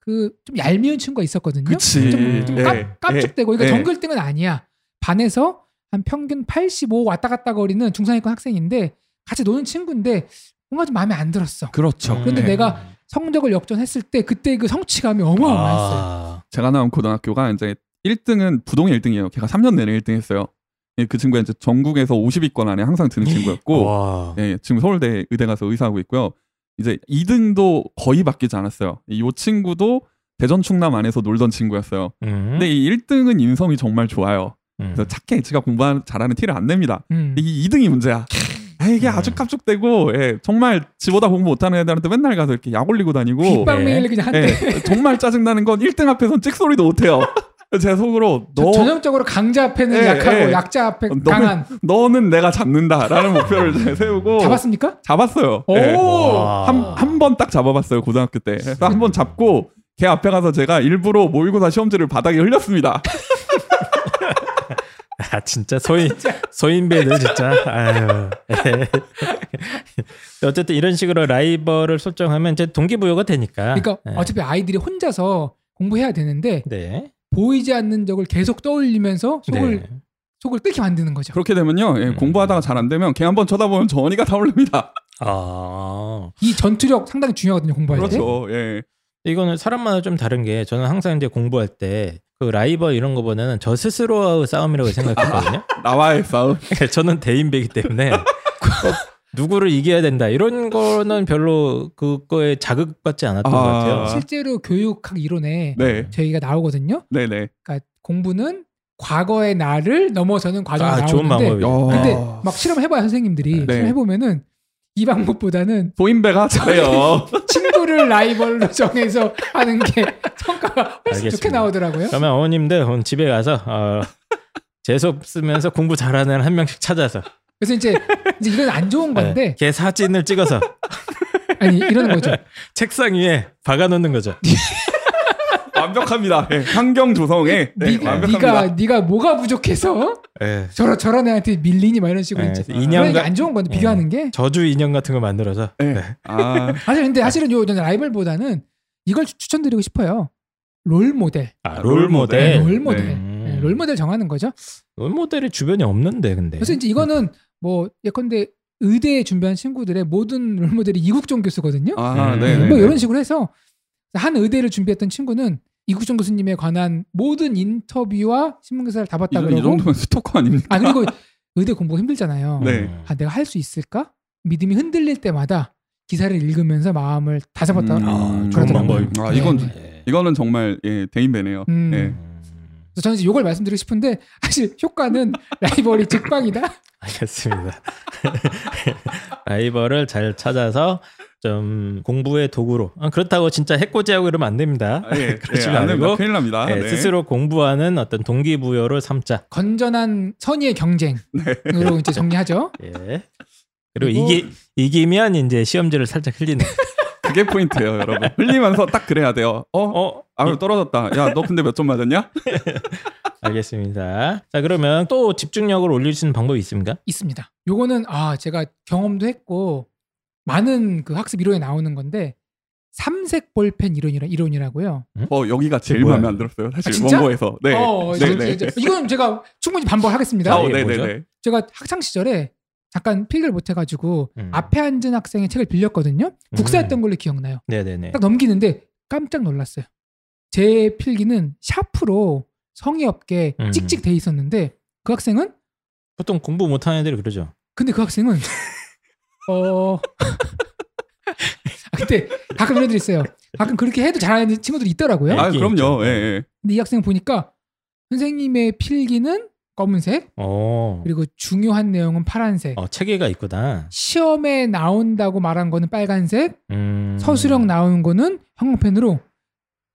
그 좀 얄미운 친구가 있었거든요. 그치. 좀- 좀 예, 깜, 깜짝대고 이거 예. 정글등은 아니야. 반에서 한 평균 85 왔다 갔다 거리는 중상위권 학생인데 같이 노는 친구인데 뭔가 좀 마음에 안 들었어. 그렇죠. 그런데 예. 내가 성적을 역전했을 때 그때 그 성취감이 어마어마했어요. 아, 제가 나온 고등학교가 이제 1등은 부동 1등이에요. 걔가 3년 내내 1등했어요. 그 친구가 이제 전국에서 50위권 안에 항상 드는 친구였고, 와. 예, 예, 지금 서울대 의대 가서 의사하고 있고요. 이제 2등도 거의 바뀌지 않았어요. 이 친구도 대전 충남 안에서 놀던 친구였어요. 음. 근데 이 1등은 인성이 정말 좋아요. 음. 그래서 착해, 지가 공부 잘하는 티를 안 냅니다. 음. 근데 이 2등이 문제야. 아, 이게 음. 아주 깝죽대고, 예, 정말 지보다 공부 못하는 애들한테 맨날 가서 이렇게 약 올리고 다니고, 빗발- 빅방 메일을 그냥 한대. 뭐. 예, 정말 짜증나는 건 1등 앞에선 찍소리도 못해요. 제 속으로 너, 전형적으로 강자 앞에는 예, 약하고 예. 약자 앞에 너무- 강한. 너는 내가 잡는다라는 목표를 이제 세우고 잡았습니까? 잡았어요. 오. 예. 와. 한 한 번 딱 잡아봤어요 고등학교 때. 그래서 한 번 잡고 걔 앞에 가서 제가 일부러 모의고사 시험지를 바닥에 흘렸습니다. 아 진짜 소인 소인배들 진짜 아유. 어쨌든 이런 식으로 라이벌을 설정하면 이제 동기부여가 아, 되니까. 그러니까 예. 네. 어차피 아이들이 혼자서 공부해야 되는데 네. 보이지 않는 적을 계속 떠올리면서 속을 네. 속을 끓게 만드는 거죠. 그렇게 되면요 예, 음. 공부하다가 잘 안 되면 걔 한 번 쳐다보면 전이가 다 올립니다. 아 이 전투력 상당히 중요하거든요 공부할 때. 그렇죠. 예. 이거는 사람마다 좀 다른 게 저는 항상 이제 공부할 때 그 라이벌 이런 거보다는 저 스스로와의 싸움이라고 생각했거든요. 나와의 싸움. 예, 저는 대인배이기 때문에 어, 누구를 이겨야 된다 이런 거는 별로 그거에 자극받지 않았던 아. 것 같아요. 실제로 교육학 이론에 네, 저희가 나오거든요. 네, 네. 그러니까 공부는 과거의 나를 넘어서는 과정이 아 좋은 나오는데 방법이죠. 어. 근데 아. 막 실험해봐요 선생님들이 네. 실험해보면은 이 방법보다는 소인배가 잘해요. 친구를 라이벌로 정해서 하는 게 성과가 훨씬 좋게 알겠습니다. 나오더라고요. 그러면 어머님들 오늘 집에 가서 어, 재수 쓰면서 공부 잘하는 한 명씩 찾아서 그래서 이제, 이제 이건 안 좋은 네, 건데 걔 사진을 찍어서 네. 아니 이러는 거죠. 책상 위에 박아놓는 거죠. 완벽합니다. 예, 환경 조성에 네, 네, 완벽합니다. 네가 네가 뭐가 부족해서 예. 저런 저런 애한테 밀리니 막 이런 식으로 네, 예, 이제 그런 인형 게안 좋은 건데 예. 비교하는 게 저주 인형 같은 거 만들어서 예. 아, 사실 근데 사실은 요 라이벌보다는 이걸 추- 추천드리고 싶어요. 롤 모델, 아, 롤 모델. 롤, 롤 모델, 네. 음. 네, 롤 모델 정하는 거죠. 모델이 주변에 없는데 근데 그래서 이제 이거는 뭐 예컨대 의대에 준비한 친구들의 모든 롤 모델이 이국종 교수거든요. 아, 음. 네, 네. 뭐 이런 식으로 해서 한 의대를 준비했던 친구는 이국종 교수님에 관한 모든 인터뷰와 신문 기사를 다 봤다 이, 그러고 이 정도면 스토커 아닙니까? 아 그리고 의대 공부가 음. 힘들잖아요. 네. 아 내가 할 수 있을까? 믿음이 흔들릴 때마다 기사를 읽으면서 마음을 다잡았다. 음. 아, 그래서 좋은 그러더라고요. 방법입니다. 아, 이건- 네. 이거는 정말 예, 대인배네요. 음. 예. 저는 이제 이걸 말씀드리고 싶은데 사실 효과는 라이벌이 직방이다. 알겠습니다. 라이벌을 잘 찾아서 좀 공부의 도구로 아, 그렇다고 진짜 해코지하고 이러면 안 됩니다. 아, 예, 그러지 예, 안 됩니다. 말고 큰일 납니다. 예, 네. 스스로 공부하는 어떤 동기부여를 삼자. 건전한 선의의 경쟁으로 네. 이제 정리하죠. 예. 그리고- 그리고 이기 이기면 이제 시험지를 살짝 흘리는. 그게 포인트예요, 여러분. 흘리면서 딱 그래야 돼요. 어, 어, 아, 떨어졌다. 야, 너 근데 몇 점 맞았냐? 알겠습니다. 자 그러면 또 집중력을 올릴 수 있는 방법이 있습니까? 있습니다. 요거는 아 제가 경험도 했고 많은 그 학습 이론에 나오는 건데 삼색 볼펜 이론이라 이론이라고요. 어 여기가 제일 뭐야? 마음에 안 들었어요. 사실 아, 진짜? 원고에서. 네. 어, 네, 이제- 네. 이제- 이건 제가 충분히 반복하겠습니다. 아, 이게 네, 네, 뭐죠? 네. 제가 학창 시절에 잠깐 필기를 못해가지고 음. 앞에 앉은 학생의 책을 빌렸거든요. 음. 국사였던 걸로 기억나요. 네네네. 딱 넘기는데 깜짝 놀랐어요. 제 필기는 샤프로 성의 없게 음. 찍찍 돼 있었는데 그 학생은 보통 공부 못하는 애들이 그러죠. 근데 그 학생은 어 아, 근데 가끔 이런 애들 있어요. 가끔 그렇게 해도 잘하는 친구들이 있더라고요. 아, 이게 그럼요. 있죠. 예, 예. 근데 이 학생 보니까 선생님의 필기는 검은색 어, 그리고 중요한 내용은 파란색 어 체계가 있구나. 시험에 나온다고 말한 거는 빨간색 음. 서술형 나온 거는 형광펜으로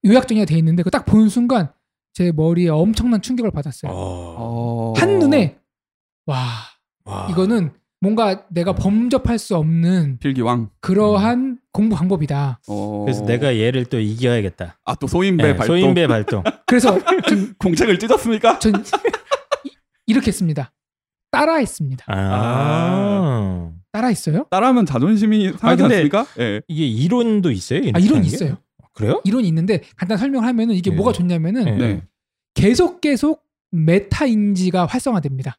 요약 정리가 돼 있는데 그거 딱 본 순간 제 머리에 엄청난 충격을 받았어요. 어, 한 눈에 와 와. 어, 이거는 뭔가 내가 범접할 수 없는 필기왕. 그러한 공부 방법이다. 어. 그래서 내가 얘를 또 이겨야겠다. 아, 또 소인배 네, 발동. 소인배 발동. 그래서 공책을 찢었습니까? 전 이- 이렇게 했습니다. 따라했습니다. 아. 아. 따라했어요? 따라하면 자존심이 상하지 근데- 않습니까? 예. 이게 이론도 있어요? 아 이론 이 있어요. 네. 그래요? 이론이 있는데 간단 설명을 하면은 이게 예. 뭐가 좋냐면은 예. 네. 계속 계속 메타 인지가 활성화됩니다.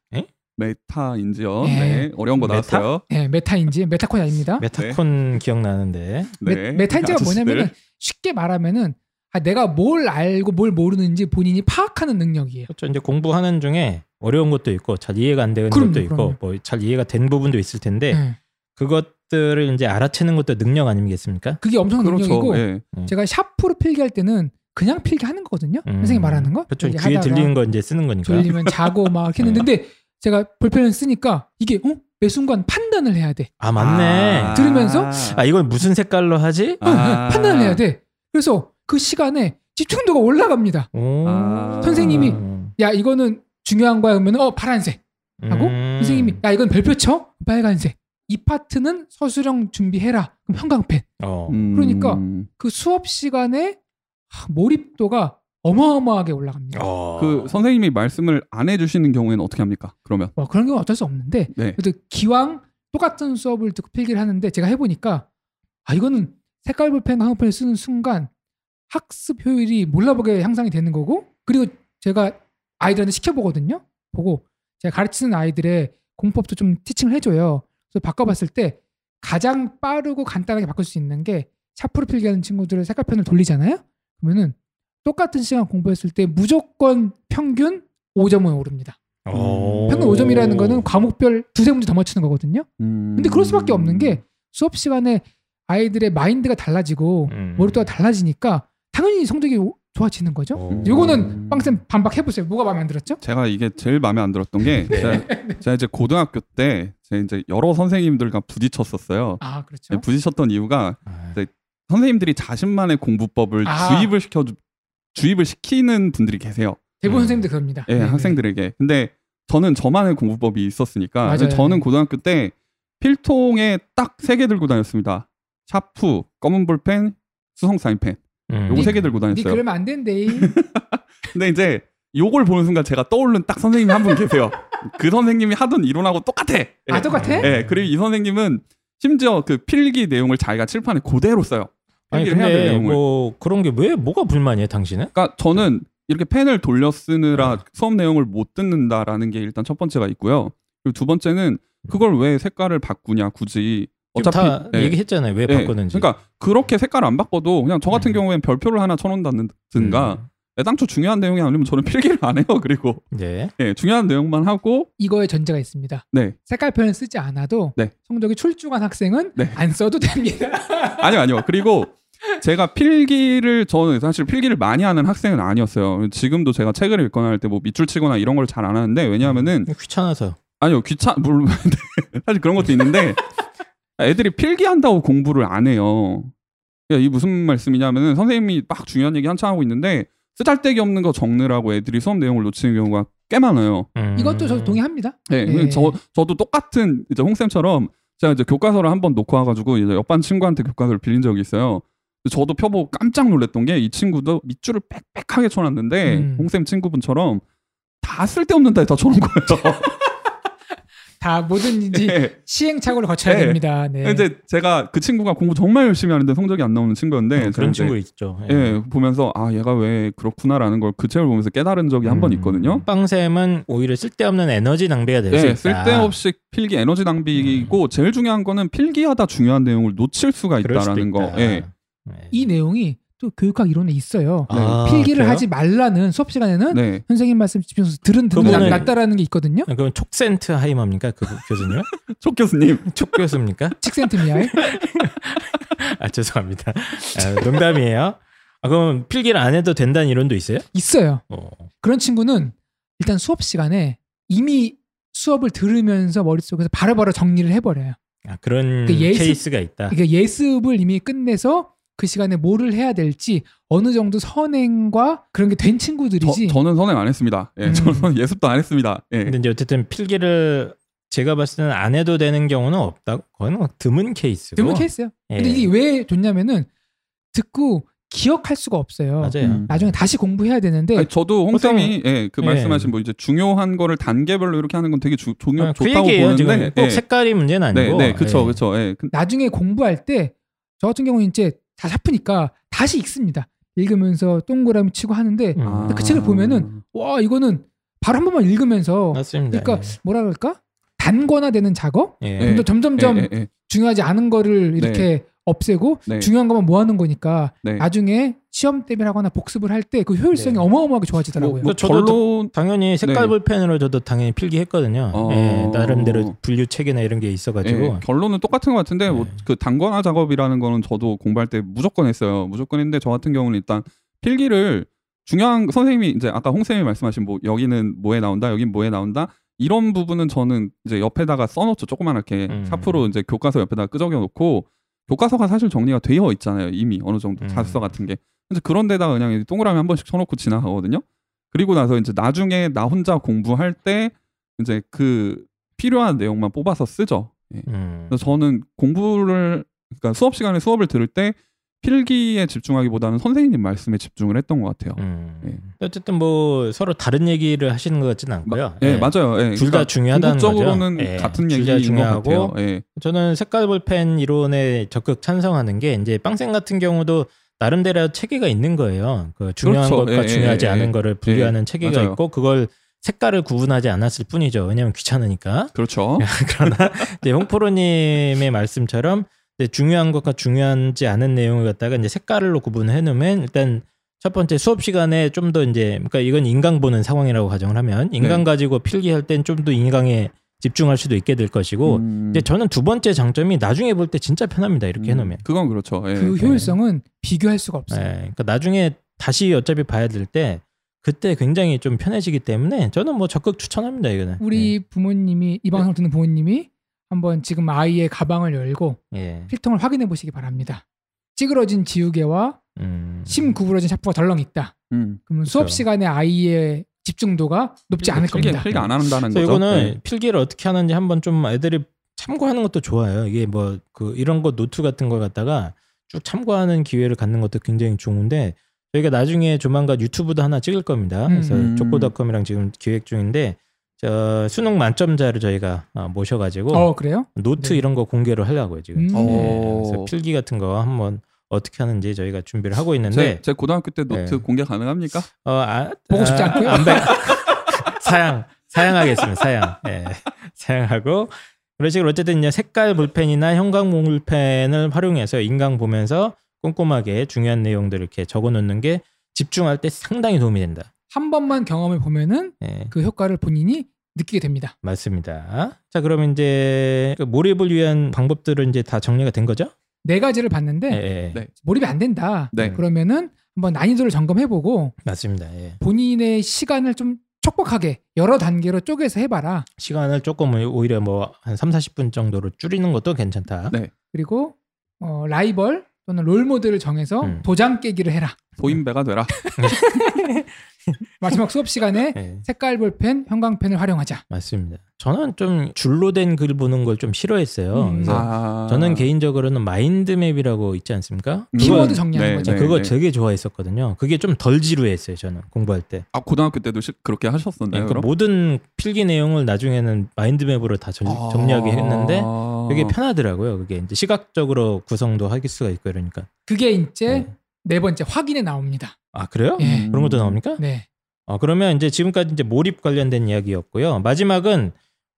메타인지요. 네. 네. 어려운 거 메타? 나왔어요. 예, 메타 인지, 메타콘이 아닙니다. 네. 메타콘 기억나는데. 메, 네. 메타 인지가 아저씨들. 뭐냐면은 쉽게 말하면은 아, 내가 뭘 알고 뭘 모르는지 본인이 파악하는 능력이에요. 그렇죠. 이제 공부하는 중에 어려운 것도 있고 잘 이해가 안 되는 그럼요, 것도 있고 그럼요. 뭐 잘 이해가 된 부분도 있을 텐데 예. 그것들을 이제 알아채는 것도 능력 아니겠습니까? 그게 엄청 난 그렇죠. 능력이고 예. 제가 샤프로 필기할 때는 그냥 필기하는 거거든요. 음. 선생님 말하는 거. 그렇죠. 이제 귀에 하다가 들리는 거 이제 쓰는 거니까. 졸리면 자고 막 이렇게 했는데 네. 근데 제가 볼펜을 쓰니까 이게 어? 매 순간 판단을 해야 돼. 아 맞네. 아, 들으면서 이걸 무슨 색깔로 하지? 아. 어, 어, 판단을 해야 돼. 그래서 그 시간에 집중도가 올라갑니다. 오. 아. 선생님이 음. 야 이거는 중요한 거야 그러면 어 파란색 하고 음. 선생님이 야 이건 별표 쳐 빨간색 이 파트는 서술형 준비해라 그럼 형광펜 어. 음. 그러니까. 그 수업 시간에 하, 몰입도가 어마어마하게 올라갑니다. 어. 그 선생님이 말씀을 안 해주시는 경우에는 어떻게 합니까? 그러면 와, 그런 경우 어쩔 수 없는데 네. 그래도 기왕 똑같은 수업을 듣고 필기를 하는데 제가 해보니까 아 이거는 색깔 볼펜과 항펜을 쓰는 순간 학습 효율이 몰라보게 향상이 되는 거고 그리고 제가 아이들한테 시켜보거든요 보고 제가 가르치는 아이들의 공법도 좀 티칭을 해줘요 그래서 바꿔봤을 때 가장 빠르고 간단하게 바꿀 수 있는 게 샤프로 필기하는 친구들은 색깔펜을 돌리잖아요 그러면은 똑같은 시간 공부했을 때 무조건 평균 5점은 오릅니다 어. 평균 5점이라는 거는 과목별 두세 문제 더 맞추는 거거든요. 음. 근데 그럴 수밖에 없는 게 수업 시간에 아이들의 마인드가 달라지고 음. 머리도가 달라지니까 당연히 성적이 오- 좋아지는 거죠. 어. 음. 요거는 빵쌤 반박해 보세요. 뭐가 마음에 안 들었죠? 제가 이게 제일 마음에 안 들었던 게 제가, 제가 이제 고등학교 때 제가 이제 여러 선생님들과 부딪혔었어요. 아 그렇죠. 예, 부딪혔던 이유가 아. 선생님들이 자신만의 공부법을 아. 주입을 시켜 주입을 시키는 분들이 계세요. 대부분 선생님들 그럽니다. 예, 네네. 학생들에게. 근데 저는 저만의 공부법이 있었으니까 맞아요. 저는 네. 고등학교 때 필통에 딱 세 개 들고 다녔습니다. 샤프, 검은 볼펜, 수성 사인펜. 음. 요거 세 개 들고 니 다녔어요. 네, 그러면 안 된대. 네. 근데 이제 요걸 보는 순간 제가 떠오른 딱 선생님이 한 분 계세요. 그 선생님이 하던 이론하고 똑같아. 예. 아 똑같아? 예. 예, 그리고 이 선생님은 심지어 그 필기 내용을 자기가 칠판에 그대로 써요. 아니 필기를 해야 될 근데 내용을. 뭐 그런 게 왜 뭐가 불만이에요, 당신은? 그러니까 저는 이렇게 펜을 돌려 아. 쓰느라 수업 내용을 못 듣는다라는 게 일단 첫 번째가 있고요. 그리고 두 번째는 그걸 왜 색깔을 바꾸냐 굳이 지금 어차피 다 예, 얘기했잖아요. 왜 예. 바꾸는지. 그러니까 그렇게 색깔 안 바꿔도 그냥 저 같은 음. 경우엔 별표를 하나 쳐놓는다든가 음. 예, 당초 중요한 내용이 아니면 저는 필기를 안 해요. 그리고 네. 예, 중요한 내용만 하고 이거의 전제가 있습니다. 네 색깔표현 쓰지 않아도 네. 성적이 출중한 학생은 네. 안 써도 됩니다. 아니요 아니요 그리고 제가 필기를 저는 사실 필기를 많이 하는 학생은 아니었어요. 지금도 제가 책을 읽거나 할 때 뭐 밑줄 치거나 이런 걸 잘 안 하는데 왜냐하면은 귀찮아서. 아니요 귀찮 물론 네. 사실 그런 것도 있는데 애들이 필기한다고 공부를 안 해요. 야, 이 무슨 말씀이냐면은 선생님이 막 중요한 얘기 한참 하고 있는데 쓰잘데기 없는 거 적느라고 애들이 수업 내용을 놓치는 경우가 꽤 많아요. 음. 이것도 저 동의합니다. 네, 네. 저 저도 똑같은 이제 홍쌤처럼 제가 이제 교과서를 한번 놓고 와가지고 이제 옆반 친구한테 교과서를 빌린 적이 있어요. 근데 저도 펴보고 깜짝 놀랐던 게 이 친구도 밑줄을 빽빽하게 쳐놨는데 음. 홍쌤 친구분처럼 다 쓸데없는 데다 쳐놓은 거예요. 다 뭐든지 예. 시행착오를 거쳐야 예. 됩니다. 네. 이제 제가 그 친구가 공부 정말 열심히 하는데 성적이 안 나오는 친구였는데 네, 아, 저는 뭐 그런 이제 친구 있죠. 예, 보면서 아 얘가 왜 그렇구나라는 걸 그 책을 보면서 깨달은 적이 한 음. 번 네, 있거든요. 빵샘은 오히려 쓸데없는 에너지 낭비가 될 수 예, 있다. 네. 쓸데없이 필기 에너지 낭비이고 제일 중요한 거는 필기하다 중요한 내용을 놓칠 수가 그럴 수도 있다라는 거. 있다. 예. 예. 이 내용이 또 교육학 이론에 있어요. 아, 필기를 그래요? 하지 말라는 수업 시간에는 네. 선생님 말씀 집중해서 들은 듣는 그거는- 게 낫다라는 게 있거든요. 아, 그럼 촉센트 하이마입니까 그 교수님? 촉 교수님. 촉 교수입니까? 칙센티미아에 아 죄송합니다. 아, 농담이에요. 아, 그럼 필기를 안 해도 된다는 이론도 있어요? 있어요. 어. 그런 친구는 일단 수업 시간에 이미 수업을 들으면서 머릿속에서 바로바로 정리를 해버려요. 아, 그런 그 예습- 케이스가 있다. 그러니까 예습을 이미 끝내서 그 시간에 뭐를 해야 될지 어느 정도 선행과 그런 게 된 친구들이지. 저, 는 선행 안 했습니다. 예, 음. 저는 예습도 안 했습니다. 예. 근데 이제 어쨌든 필기를 제가 봤을 때는 안 해도 되는 경우는 없다. 그건 뭐 드문 케이스고. 드문 케이스예요. 예. 근데 이게 왜 좋냐면은 듣고 기억할 수가 없어요. 맞아요. 음. 나중에 다시 공부해야 되는데 아니, 저도 홍 쌤이 예, 그 예. 말씀하신 뭐 이제 중요한 거를 단계별로 이렇게 하는 건 되게 주, 중요, 아, 그 좋다고 얘기예요. 보는데 지금 꼭 예. 색깔이 문제는 네, 아니고. 네, 그쵸, 예. 그쵸. 예. 그- 나중에 공부할 때 저 같은 경우는 이제 다 샤프니까 다시 읽습니다. 읽으면서 동그라미 치고 하는데 음, 아. 그 책을 보면은 와 이거는 바로 한 번만 읽으면서 맞습니다. 그러니까 뭐라 그럴까 단권화되는 작업 예. 네. 예. 네. 예. 점점 점점 예, 예, 예. 중요하지 않은 거를 이렇게 없애고 네. 중요한 것만 모아놓은 거니까 네. 나중에 시험 대비하거나 복습을 할 때 그 효율성이 네. 어마어마하게 좋아지더라고요. 그렇죠. 뭐, 뭐 그러니까 저도 결론 당연히 색깔 네. 볼펜으로 저도 당연히 필기했거든요. 어. 예, 나름대로 분류 책이나 이런 게 있어가지고. 예, 결론은 똑같은 것 같은데 뭐 네. 그 단권화 작업이라는 거는 저도 공부할 때 무조건 했어요. 무조건 했는데 저 같은 경우는 일단 필기를 중요한 선생님이 이제 아까 홍 쌤이 말씀하신 뭐 여기는 뭐에 나온다, 여긴 뭐에 나온다 이런 부분은 저는 이제 옆에다가 써놓죠 조그만하게 음. 샤프로 이제 교과서 옆에다가 끄적여 놓고 교과서가 사실 정리가 되어 있잖아요 이미 어느 정도 음. 자서 같은 게 근데 그런 데다가 그냥 이제 동그라미 한 번씩 쳐놓고 지나가거든요. 그리고 나서 이제 나중에 나 혼자 공부할 때 이제 그 필요한 내용만 뽑아서 쓰죠. 예. 음. 그래서 저는 공부를 그러니까 수업 시간에 수업을 들을 때 필기에 집중하기보다는 선생님 말씀에 집중을 했던 것 같아요. 음. 어쨌든 뭐 서로 다른 얘기를 하시는 것 같지는 않고요. 예, 예. 맞아요. 예. 둘다 중요하다는 거죠. 궁극적으로는 예, 같은 둘다 얘기인 중요하고. 것 같아요. 예. 저는 색깔 볼펜 이론에 적극 찬성하는 게 이제 빵생 같은 경우도 나름대로 체계가 있는 거예요. 그 중요한 그렇죠. 것과 예, 중요하지 예, 예, 않은 예. 거를 분류하는 체계가 맞아요. 있고 그걸 색깔을 구분하지 않았을 뿐이죠. 왜냐하면 귀찮으니까. 그렇죠. 예, 그러나 이제 홍프로님의 말씀처럼 이제 중요한 것과 중요하지 않은 내용을 갖다가 이제 색깔로 구분해 놓으면 일단 첫 번째 수업 시간에 좀 더 이제 그러니까 이건 인강 보는 상황이라고 가정을 하면 인강 네. 가지고 필기할 땐 좀 더 인강에 집중할 수도 있게 될 것이고 음, 근데 저는 두 번째 장점이 나중에 볼 때 진짜 편합니다 이렇게 음, 해놓으면 그건 그렇죠. 뭐, 예. 네, 그 효율성은 비교할 수가 예, 네. 없어요. 그러니까 나중에 다시 어차피 봐야 될 때 그때 굉장히 좀 편해지기 때문에 저는 뭐 적극 추천합니다 이거는 우리 부모님이 이 방송 을 듣는 부모님이 한번 지금 아이의 가방을 열고 예, 예. 필통을 확인해 보시기 바랍니다. 찌그러진 지우개와 음. 심 구부러진 샤프가 덜렁 있다. 음. 그러면 수업 그렇죠. 시간에 아이의 집중도가 높지 않을 필기, 겁니다. 필기 안 한다는 예. 그래서 거죠. 이거는 예. 필기를 어떻게 하는지 한번 좀 애들이 참고하는 것도 좋아요 이게 뭐 그 이런 거 노트 같은 걸 갖다가 쭉 참고하는 기회를 갖는 것도 굉장히 좋은데 저희가 나중에 조만간 유튜브도 하나 찍을 겁니다 그래서 음. 족보닷컴이랑 지금 기획 중인데 저 수능 만점자를 저희가 아, 모셔가지고 어 그래요? 노트 네. 이런 거 공개를 하려고요 지금. 어. 음. 예, 오. 그래서 필기 같은 거 한번 어떻게 하는지 저희가 준비를 하고 있는데 제, 제 고등학교 때 노트 예. 공개 가능합니까? 어, 아, 네. 보고 싶지 않고요. 안 봐- 사양 사양하겠습니다. 사양. 예. 사양하고 그런 식으로 어쨌든 이제 색깔 볼펜이나 형광 볼펜을 활용해서 인강 보면서 꼼꼼하게 중요한 내용들 을 이렇게 적어놓는 게 집중할 때 상당히 도움이 된다. 한 번만 경험해 보면은 예. 그 효과를 본인이 느끼게 됩니다. 맞습니다. 자, 그럼 이제 그 몰입을 위한 방법들은 이제 다 정리가 된 거죠? 네 가지를 봤는데 예, 예. 네. 몰입이 안 된다. 네. 그러면은 한번 난이도를 점검해 보고 맞습니다. 예. 본인의 시간을 좀 촉박하게 여러 단계로 쪼개서 해봐라. 시간을 조금 오히려 뭐 한 3, 40분 정도로 줄이는 것도 괜찮다. 네. 그리고 어, 라이벌 또는 롤 모델을 정해서 음. 도장 깨기를 해라. 보인배가 되라. 마지막 수업 시간에 네, 색깔 볼펜, 형광펜을 활용하자. 맞습니다. 저는 좀 줄로 된 글 보는 걸 좀 싫어했어요. 음. 그래서 아. 저는 개인적으로는 마인드맵이라고 있지 않습니까? 음. 키워드 정리하는 네, 거죠. 저 네, 그거 네. 되게 좋아했었거든요. 그게 좀 덜 지루했어요. 저는 공부할 때. 아 고등학교 때도 실- 그렇게 하셨었나요? 그러니까 네, 그럼? 모든 필기 내용을 나중에는 마인드맵으로 다뭐 정, 아. 정리하게 했는데 음. 그게 편하더라고요. 그게 이제 시각적으로 구성도 할 수가 있고 이러니까. 그게 예? 이제 네. 네 번째 확인에 나옵니다. 아 그래요? 예. 음. 그런 것도 나옵니까? 네. 아 그러면 이제 지금까지 이제 몰입 관련된 이야기였고요. 마지막은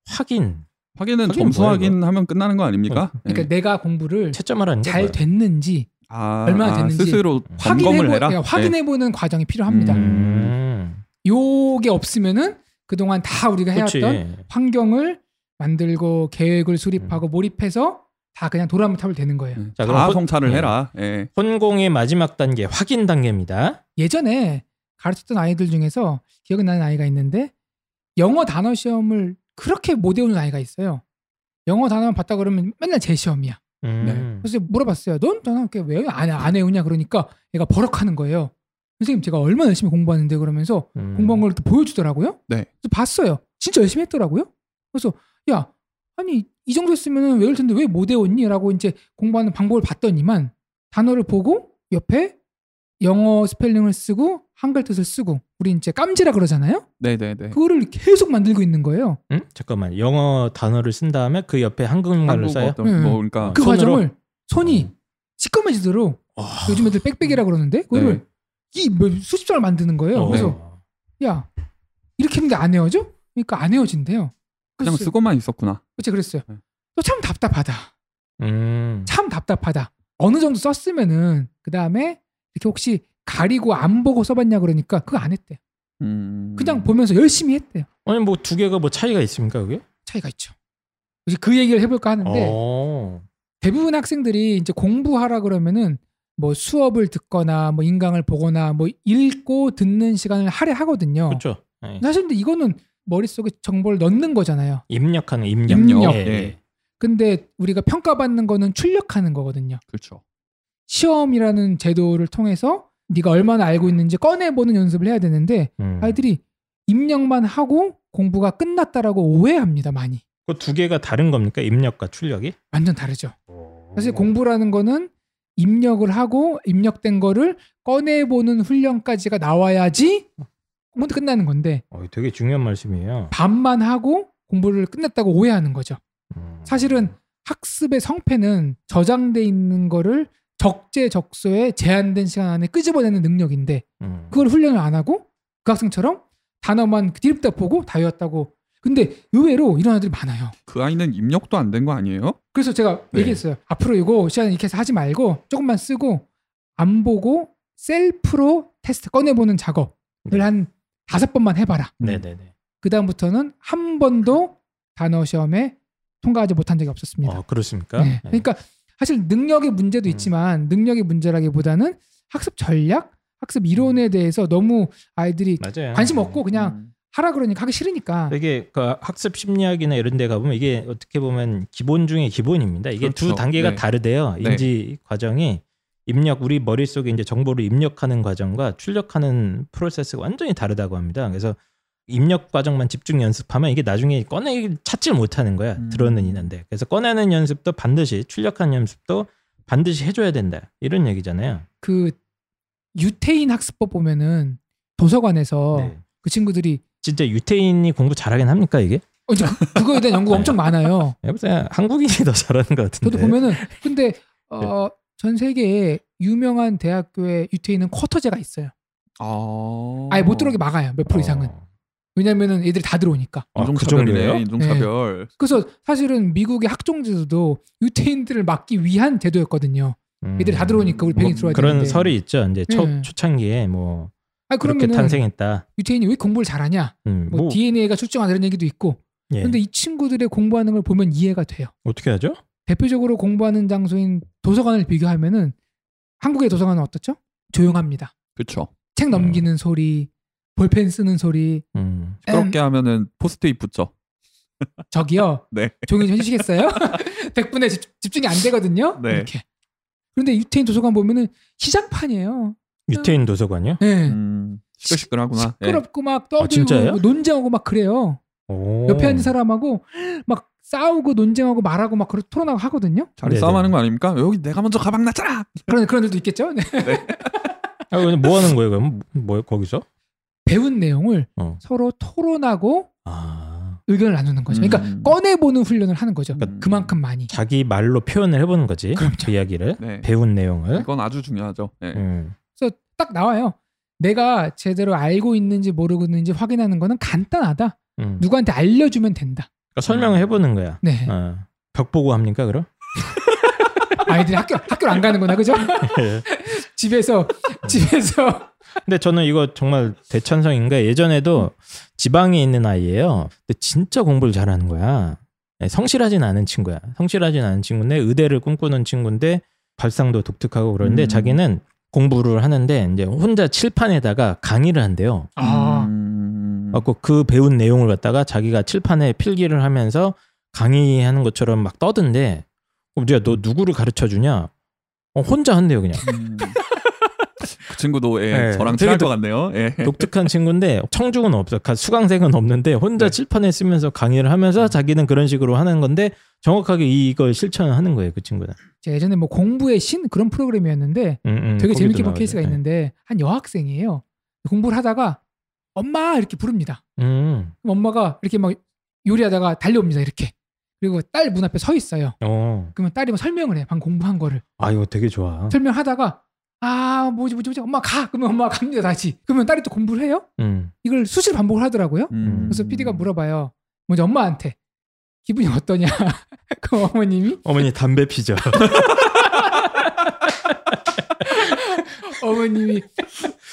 확인 확인은 확인 점수 뭐야, 어. 확인하면 끝나는 거 아닙니까? 예. 그러니까 내가 공부를 채점하라는 게 잘 뭐예요? 됐는지 아, 얼마나 아, 됐는지 스스로 확인해보, 점검을 해라. 예, 확인해보는 과정이 필요합니다. 음. 음. 요게 없으면은 그동안 다 우리가 그렇지. 해왔던 환경을 만들고 계획을 수립하고 몰입해서 다 그냥 도란무탑을 되는 거예요. 네. 자, 그럼 다 혼- 성찰을 예. 해라. 예. 혼공의 마지막 단계 확인 단계입니다. 예전에 가르쳤던 아이들 중에서 기억이 나는 아이가 있는데 영어 단어 시험을 그렇게 못 외우는 아이가 있어요. 영어 단어만 봤다 그러면 맨날 제 시험이야. 음. 그래서 물어봤어요. 넌 단어 그왜 안, 안 외우냐 그러니까 얘가 버럭하는 거예요. 선생님 제가 얼마나 열심히 공부하는데 그러면서 음. 공부한 걸 이렇게 보여주더라고요. 네. 그래서 봤어요. 진짜 열심히 했더라고요. 그래서 야 아니 이 정도 했으면 외울 텐데 왜 못 외웠니?라고 이제 공부하는 방법을 봤더니만 단어를 보고 옆에 영어 스펠링을 쓰고 한글 뜻을 쓰고 우리 이제 깜지라 그러잖아요. 네네네. 그거를 계속 만들고 있는 거예요. 음? 잠깐만 영어 단어를 쓴 다음에 그 옆에 한국말로 써요. 한국어 예. 뭐 그러니까 그 손으로? 어. 과정을 손이 시꺼매지도록 요즘 애들 빽빽이라 그러는데 네. 네. 그거를 이몇 뭐 수십 장을 만드는 거예요. 어. 그래서 야 이렇게 했는데 안 헤어져? 그러니까 안 헤어진대요. 그냥 그래서- 쓰고만 있었구나. 그치 그랬어요. 네. 또 참 답답하다. 음. 참 답답하다. 어느 정도 썼으면은 그 다음에 이렇게 혹시 가리고 안 보고 써봤냐 그러니까 그거 안 했대요. 음. 그냥 보면서 열심히 했대요. 아니 뭐 두 개가 뭐 차이가 있습니까 그게? 차이가 있죠. 이제 그 얘기를 해볼까 하는데 어. 대부분 학생들이 이제 공부하라 그러면은 뭐 수업을 듣거나 뭐 인강을 보거나 뭐 읽고 듣는 시간을 할애하거든요. 그렇죠. 예. 사실 근데 이거는 머릿속에 정보를 넣는 거잖아요. 입력하는 입력. 입력. 네. 예, 예. 예. 근데 우리가 평가받는 거는 출력하는 거거든요. 그렇죠. 시험이라는 제도를 통해서 네가 얼마나 알고 있는지 꺼내보는 연습을 해야 되는데 음. 아이들이 입력만 하고 공부가 끝났다라고 오해합니다 많이 그두 개가 다른 겁니까 입력과 출력이? 완전 다르죠 사실 음. 공부라는 거는 입력을 하고 입력된 거를 꺼내보는 훈련까지가 나와야지 공부도 끝나는 건데 어, 되게 중요한 말씀이에요. 반만 하고 공부를 끝냈다고 오해하는 거죠 음. 사실은 학습의 성패는 저장돼 있는 거를 적재적소에 제한된 시간 안에 끄집어내는 능력인데 음. 그걸 훈련을 안 하고 그 학생처럼 단어만 뒤집다 보고 다 외웠다고. 근데 의외로 이런 아이들이 많아요. 그 아이는 입력도 안 된 거 아니에요? 그래서 제가 네. 얘기했어요. 앞으로 이거 시간 이렇게 해서 하지 말고 조금만 쓰고 안 보고 셀프로 테스트 꺼내보는 작업을 네. 한 다섯 번만 해봐라. 네네네. 그 다음부터는 한 번도 단어 시험에 통과하지 못한 적이 없었습니다. 어, 그렇습니까? 네. 그러니까 사실 능력의 문제도 음. 있지만 능력의 문제라기보다는 학습 전략, 학습 음. 이론에 대해서 너무 아이들이 맞아요. 관심 없고 그냥 음. 음. 하라 그러니까 하기 싫으니까 되게 그 학습 심리학이나 이런 데 가보면 이게 어떻게 보면 기본 중에 기본입니다. 이게 두 그렇죠. 단계가 네. 다르대요. 네. 인지 과정이 입력 우리 머릿속에 이제 정보를 입력하는 과정과 출력하는 프로세스가 완전히 다르다고 합니다. 그래서 입력 과정만 집중 연습하면 이게 나중에 꺼내 찾질 못하는 거야. 음. 들어는 있는데. 그래서 꺼내는 연습도 반드시 출력하는 연습도 반드시 해 줘야 된다. 이런 얘기잖아요. 그 유태인 학습법 보면은 도서관에서 네. 그 친구들이 진짜 유태인이 공부 잘하긴 합니까, 이게? 어, 이제 그- 그거에 네. 대한 연구가 엄청 많아요. 여보세요. 한국인이 더 잘하는 것 같은데. 저도 보면은 근데 네. 어, 전 세계에 유명한 대학교의 유태인은 쿼터제가 있어요. 아. 아예 못 들어오게 막아요. 몇 프로 이상은. 어. 왜냐면은 애들이 다 들어오니까. 아, 그 인종차별이네. 정도예요? 인종차별. 그래서 사실은 미국의 학종제도도 유태인들을 막기 위한 제도였거든요. 음. 애들이 다 들어오니까 우리 뭐 백인 들어와야 그런 되는데. 설이 있죠. 이제 초, 네. 초창기에 뭐 아 그렇게 그러면 탄생했다. 유태인이 왜 공부를 잘하냐? 음, 뭐, DNA가 출중하다 이런 얘기도 있고. 예. 근데 이 친구들의 공부하는 걸 보면 이해가 돼요. 어떻게 하죠? 대표적으로 공부하는 장소인 도서관을 비교하면은 한국의 도서관은 어떻죠? 조용합니다. 그렇죠. 책 넘기는 소리, 볼펜 쓰는 소리. 음. 그렇게 하면은 포스트잇 붙죠. 저기요. 네. 종이 좀 해주시겠어요? 100분에 집, 집중이 안 되거든요. 네. 이렇게. 그런데 유태인 도서관 보면은 시장판이에요. 유태인 도서관요? 예. 음, 시끌시끌하구나. 예. 시끄럽고 막 떠들고 네. 아, 진짜예요? 뭐 논쟁하고 막 그래요. 오. 옆에 앉은 사람하고 막 싸우고 논쟁하고 말하고 막 그런 토론하고 하거든요. 예. 자리 네네. 싸움하는 거 아닙니까? 여기 내가 먼저 가방 놨잖아. 그런 그런 일도 있겠죠. 네. 아, 근데 뭐 하는 거예요? 그럼 뭐 거기서? 배운 내용을 어. 서로 토론하고 아, 의견을 나누는 거죠. 그러니까 음. 꺼내보는 훈련을 하는 거죠. 그러니까 음. 그만큼 많이. 자기 말로 표현을 해보는 거지. 그럼요. 그 이야기를 네. 배운 내용을. 이건 아주 중요하죠. 예. 음. 그래서 딱 나와요. 내가 제대로 알고 있는지 모르고 있는지 확인하는 거는 간단하다. 음. 누구한테 알려주면 된다. 그러니까 설명을 해보는 거야. 네. 어. 벽 보고 합니까 그럼? 아이들이 학교 학교 안 가는구나 그죠? 예. 집에서 음. 집에서 근데 저는 이거 정말 대찬성인 게 예전에도 지방에 있는 아이예요. 근데 진짜 공부를 잘하는 거야. 네, 성실하진 않은 친구야. 성실하진 않은 친구인데 의대를 꿈꾸는 친구인데 발상도 독특하고 그런데 음. 자기는 공부를 하는데 이제 혼자 칠판에다가 강의를 한대요. 아 음. 갖고 그 배운 내용을 갖다가 자기가 칠판에 필기를 하면서 강의하는 것처럼 막 떠든데 그럼 제가 너 누구를 가르쳐 주냐? 어, 혼자 한대요 그냥. 음. 그 친구도 예, 네. 저랑 되게 친할 독- 것 같네요. 예. 독특한 친구인데 청중은 없어. 가- 수강생은 없는데 혼자 네. 칠판에 쓰면서 강의를 음. 하면서 자기는 그런 식으로 하는 건데 정확하게 이- 이걸 실천하는 거예요 그 친구는. 제가 예전에 뭐 공부의 신 그런 프로그램이었는데 음, 음, 되게 거기도 재밌게 본 나오죠. 케이스가 네. 있는데 한 여학생이에요. 공부를 하다가 엄마 이렇게 부릅니다. 음. 그럼 엄마가 이렇게 막 요리하다가 달려옵니다. 이렇게 그리고 딸 문 앞에 서 있어요. 어. 그러면 딸이 막 설명을 해. 방금 공부한 거를 아 이거 되게 좋아. 설명하다가 아 뭐지 뭐지 뭐지 엄마 가 그러면 엄마 가 갑니다 다시 그러면 딸이 또 공부를 해요. 음. 이걸 수시 반복을 하더라고요. 음. 그래서 PD가 물어봐요. 먼저 엄마한테 기분이 어떠냐? 그 어머님이 어머니 담배 피죠. 어머님이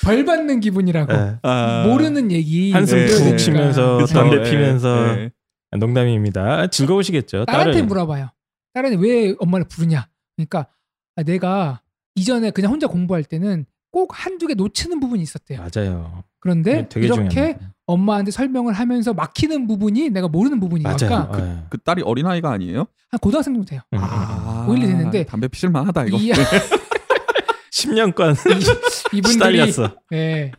벌 받는 기분이라고 네. 아. 모르는 얘기 네. 그러니까. 한숨 예, 푹 예. 쉬면서 그쵸, 담배 예, 피면서. 예. 농담입니다. 즐거우시겠죠. 딸한테 딸은. 물어봐요. 딸한테 왜 엄마를 부르냐? 그러니까 아, 내가 이전에 그냥 혼자 공부할 때는 꼭 한두 개 놓치는 부분이 있었대요. 맞아요. 그런데 되게 이렇게 중요합니다. 엄마한테 설명을 하면서 막히는 부분이 내가 모르는 부분이니까 맞아요. 예. 그 딸이 어린 아이가 아니에요? 한 고등학생 정도 돼요. 음, 음, 음. 아, 오일이 되는데 담배 피실만하다 이거. 이, 10년간 이분들이 시달렸어. 네,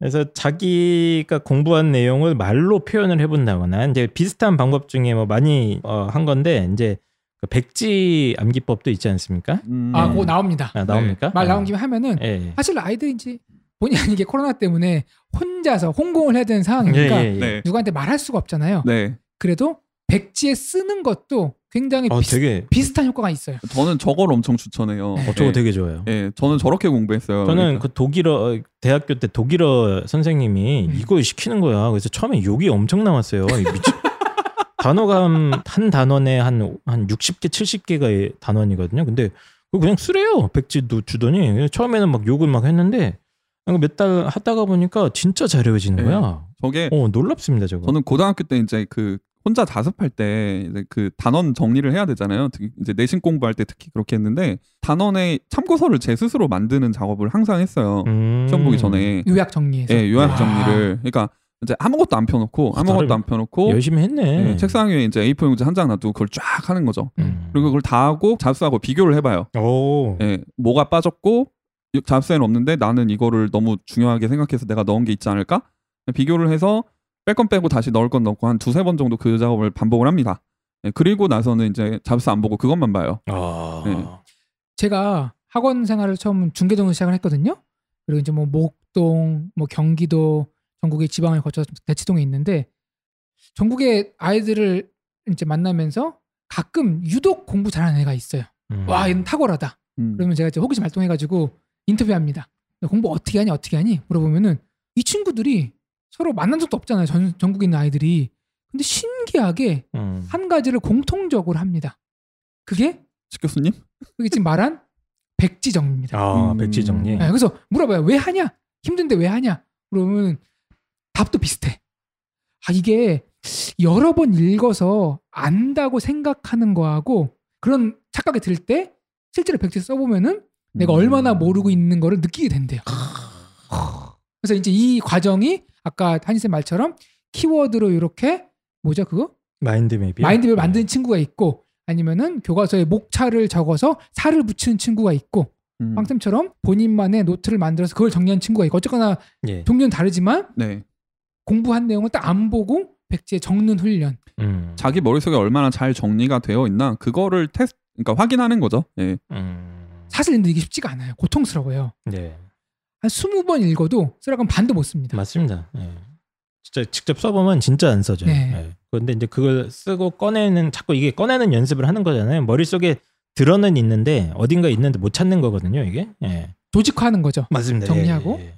그래서 자기가 공부한 내용을 말로 표현을 해본다거나 이제 비슷한 방법 중에 뭐 많이 어, 한 건데 이제 그 백지 암기법도 있지 않습니까? 음. 아 그거 나옵니다. 아, 나옵니까? 네. 말 나온 김에 하면은 예. 예. 사실 아이들이 이제 본의 아니게 코로나 때문에 혼자서 홍공을 해야 되는 상황이니까 그러니까 예, 예, 예. 네. 누구한테 말할 수가 없잖아요. 네. 그래도 백지에 쓰는 것도 굉장히 어, 비슷, 되게 한 효과가 있어요. 저는 저걸 엄청 추천해요. 어, 저거 예. 되게 좋아요. 예, 저는 저렇게 공부했어요. 그러니까 저는 그 독일어 대학교 때 독일어 선생님이 음. 이걸 시키는 거야. 그래서 처음에 욕이 엄청 나왔어요. 이 미친- 단어감 한 단원에 한 한 60개 70개가 단원이거든요. 근데 그거 그냥 쓰래요. 백지도 주더니 처음에는 막 욕을 막 했는데 몇 달 하다가 보니까 진짜 잘 외워지는 네. 거야. 저게 어 놀랍습니다 저거. 저는 고등학교 때 이제 그 혼자 자습할 때 이제 그 단원 정리를 해야 되잖아요. 특히 이제 내신 공부할 때 특히 그렇게 했는데 단원의 참고서를 제 스스로 만드는 작업을 항상 했어요. 음. 시험 보기 전에 요약 정리해서. 예, 와. 요약 정리를 그러니까 이제 아무것도 안 펴놓고 아, 아무것도 나름 안 펴놓고 열심히 했네. 예, 책상 위에 이제 A4 용지 한 장 놔두고 그걸 쫙 하는 거죠. 음. 그리고 그걸 다 하고 잡수하고 비교를 해봐요. 오. 예, 뭐가 빠졌고 잡스에는 없는데 나는 이거를 너무 중요하게 생각해서 내가 넣은 게 있지 않을까? 예, 비교를 해서 뺄 건 빼고 다시 넣을 건 넣고 한 두세 번 정도 그 작업을 반복을 합니다. 예, 그리고 나서는 이제 잡스 안 보고 그것만 봐요. 아. 예. 제가 학원 생활을 처음 중계정으로 시작을 했거든요. 그리고 이제 뭐 목동, 뭐 경기도, 전국의 지방을 거쳐 대치동에 있는데 전국의 아이들을 이제 만나면서 가끔 유독 공부 잘하는 애가 있어요. 음. 와, 얘는 탁월하다. 음. 그러면 제가 이제 호기심 발동해가지고 인터뷰합니다. 공부 어떻게 하니 어떻게 하니 물어보면은 이 친구들이 서로 만난 적도 없잖아요. 전, 전국에 있는 아이들이. 근데 신기하게 음. 한 가지를 공통적으로 합니다. 그게 식 교수님? 그게 지금 말한 백지정입니다. 아 음. 백지 정리. 네, 그래서 물어봐요. 왜 하냐? 힘든데 왜 하냐? 그러면 답도 비슷해. 아 이게 여러 번 읽어서 안다고 생각하는 거하고 그런 착각이 들 때 실제로 백지 써보면은 음. 내가 얼마나 모르고 있는 거를 느끼게 된대요. 허. 그래서 이제 이 과정이 아까 한이쌤 말처럼 키워드로 이렇게 뭐죠 그거 마인드맵이. 음. 마인드맵 만드는 친구가 있고 아니면은 교과서에 목차를 적어서 살을 붙이는 친구가 있고 음. 빵쌤처럼 본인만의 노트를 만들어서 그걸 정리한 친구가 있고 어쨌거나 예. 종류는 다르지만 네. 공부한 내용을 딱 안 보고 백지에 적는 훈련. 음. 자기 머릿속에 얼마나 잘 정리가 되어 있나 그거를 테스트 그러니까 확인하는 거죠. 예. 음. 사실 근데 이게 쉽지가 않아요. 고통스러워요. 네. 한 20번 읽어도 쓰라간 반도 못 씁니다. 맞습니다. 예. 진짜 직접 써보면 진짜 안 써져요. 네. 예. 그런데 이제 그걸 쓰고 꺼내는 자꾸 이게 꺼내는 연습을 하는 거잖아요. 머릿속에 들어는 있는데 어딘가 있는데 못 찾는 거거든요. 이게. 예. 조직화하는 거죠. 맞습니다. 정리하고? 예.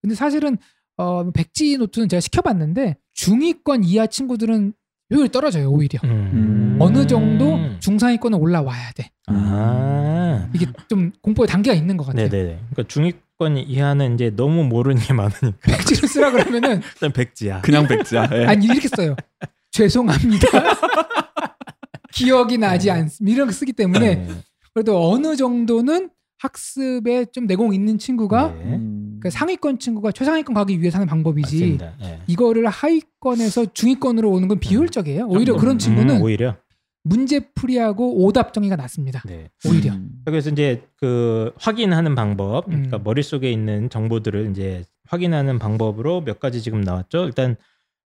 근데 사실은 어, 백지 노트는 제가 시켜봤는데 중위권 이하 친구들은 효율이 떨어져요 오히려. 음. 어느 정도 중상위권은 올라와야 돼. 아. 이게 좀 공부의 단계가 있는 것 같아요. 네, 네, 네. 그러니까 중위권 이하는 이제 너무 모르는 게 많으니까 백지를 쓰라 그러면은 일단 백지야. 그냥 백지야. 예. 아니 이렇게 써요. 죄송합니다. 기억이 나지 않습니다. 이런 거 쓰기 때문에 네. 그래도 어느 정도는 학습에 좀 내공 있는 친구가 네. 그 상위권 친구가 최상위권 가기 위해서 하는 방법이지 맞습니다. 예. 이거를 하위권에서 중위권으로 오는 건 비효율적이에요. 오히려 음, 그런 친구는 음, 오히려 문제 풀이하고 오답 정의가 낮습니다. 네. 오히려 음. 그래서 이제 그 확인하는 방법, 그러니까 음. 머릿속에 있는 정보들을 이제 확인하는 방법으로 몇 가지 지금 나왔죠. 일단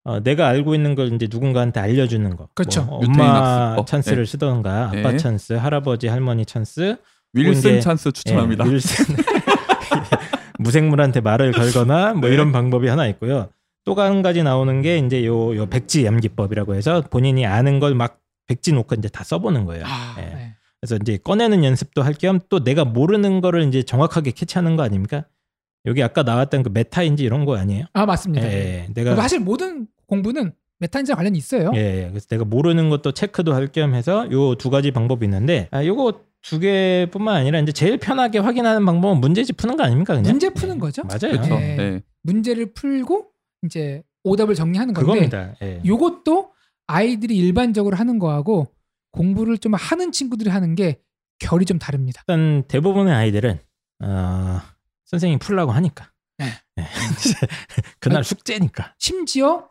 어, 내가 알고 있는 걸 이제 누군가한테 알려주는 거. 그렇죠. 뭐 유태인 엄마 학습법. 찬스를 쓰던가, 아빠 어, 예. 찬스, 할아버지, 할머니 찬스. 윌슨 이제- 찬스 추천합니다. 예, 윌슨. 무생물한테 말을 걸거나 뭐 네. 이런 방법이 하나 있고요. 또 한 가지 나오는 게 이제 요, 요 백지 암기법이라고 해서 본인이 아는 걸 막 백지 놓고 이제 다 써보는 거예요. 아, 예. 네. 그래서 이제 꺼내는 연습도 할 겸 또 내가 모르는 거를 이제 정확하게 캐치하는 거 아닙니까? 여기 아까 나왔던 그 메타인지 이런 거 아니에요? 아 맞습니다. 예, 예. 그리고 내가 사실 모든 공부는 메타인지랑 관련이 있어요. 예, 예. 그래서 내가 모르는 것도 체크도 할 겸 해서 요 두 가지 방법이 있는데 아, 요거 두 개뿐만 아니라 이제 제일 편하게 확인하는 방법은 문제집 푸는 거 아닙니까 그냥? 문제 푸는 거죠. 맞아요. 그렇죠. 예. 네. 문제를 풀고 이제 오답을 정리하는 건데 그겁니다. 예. 요것도 아이들이 일반적으로 하는 거하고 공부를 좀 하는 친구들이 하는 게 결이 좀 다릅니다. 일단 대부분의 아이들은 어, 선생님 풀라고 하니까. 네. 예. 그날 아니, 숙제니까 심지어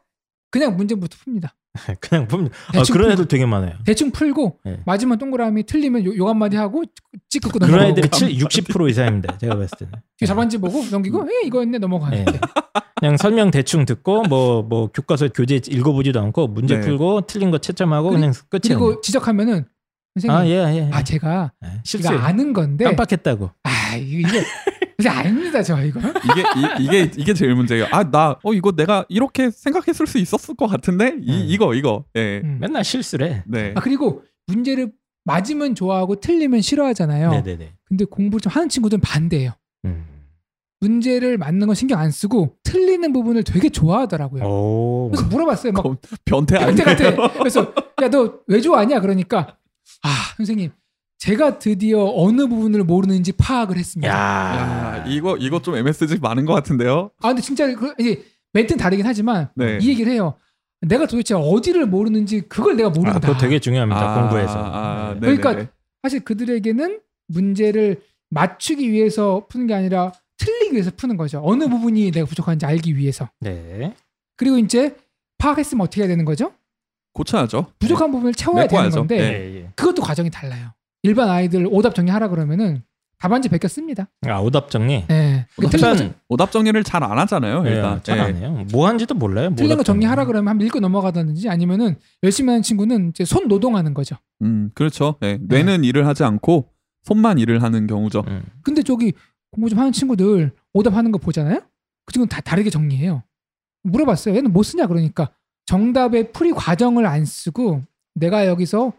그냥 문제부터 풉니다. 그냥 품. 아, 대충 그런 풀고, 애들 되게 많아요. 대충 풀고 네. 마지막 동그라미 틀리면 요, 요 한마디 하고 찍 끄고 그런 넘어가고 애들이 7, 60% 이상입니다. 제가 봤을 때는. 뒤에 답안지 보고 음. 넘기고 에 이거였네 넘어가는 예. 그냥 설명 대충 듣고 뭐 뭐 교과서 교재 읽어보지도 않고 문제 네. 풀고 틀린 거 채점하고 그리- 그냥 끝이에요. 그리고 지적하면은 선생님 그렇죠. 아 아, 예 예. 예. 제가 예. 이거 실수. 아는 건데 깜빡했다고. 아 이거 이게 이게 아닙니다 저 이거 네. 이게 이, 게 이게 제일 문제예요. 아 나 어 이거 내가 이렇게 생각했을 수 있었을 것 같은데 이 음. 이거 이거 예. 음. 맨날 실수래. 네. 아 그리고 문제를 맞으면 좋아하고 틀리면 싫어하잖아요. 네네네. 근데 공부를 좀 하는 친구들은 반대예요. 음. 문제를 맞는 건 신경 안 쓰고 틀리는 부분을 되게 좋아하더라고요. 어. 오. 그래서 물어봤어요. 막 거- 변태 변태 아니에요? 같아. 그래서 야 너 왜 좋아하냐 그러니까 아 선생님 제가 드디어 어느 부분을 모르는지 파악을 야. 했습니다. 야, 아, 이거 이거 좀 MSG 많은 것 같은데요. 아 근데 진짜 그 이제 멘트는 다르긴 하지만 네. 이 얘기를 해요. 내가 도대체 어디를 모르는지 그걸 내가 아, 모른다. 그거 되게 중요합니다. 아, 공부에서. 아, 네. 네네네. 음, 그러니까 사실 그들에게는 문제를 맞추기 위해서 푸는 게 아니라 틀리기 위해서 푸는 거죠. 어느 부분이 내가 부족한지 알기 위해서. 네. 그리고 이제 파악했으면 어떻게 해야 되는 거죠? 고쳐야죠. 부족한 부분을 채워야 되는 메꿔야죠. 건데 예, 네. 예. 그것도 과정이 달라요. 일반 아이들 오답 정리하라 그러면은 답안지 베껴 씁니다. 아 오답 정리. 예. 그 틀린 거, 일단 오답 정리를 잘 안 네, 하잖아요. 일단 잘안 예. 해요. 뭐 한지도 몰라요. 뭐 틀린 거 오답 정리. 정리하라 그러면 한번 읽고 넘어가든지 아니면은 열심히 하는 친구는 이제 손 노동하는 거죠. 음 그렇죠. 예. 뇌는 일을 하지 않고 손만 일을 하는 경우죠. 음. 근데 저기 공부 좀 하는 친구들 오답하는 거 보잖아요. 그 친구는 다 다르게 정리해요. 물어봤어요. 얘는 뭐 쓰냐 그러니까 정답의 풀이 과정을 안 쓰고 내가 여기서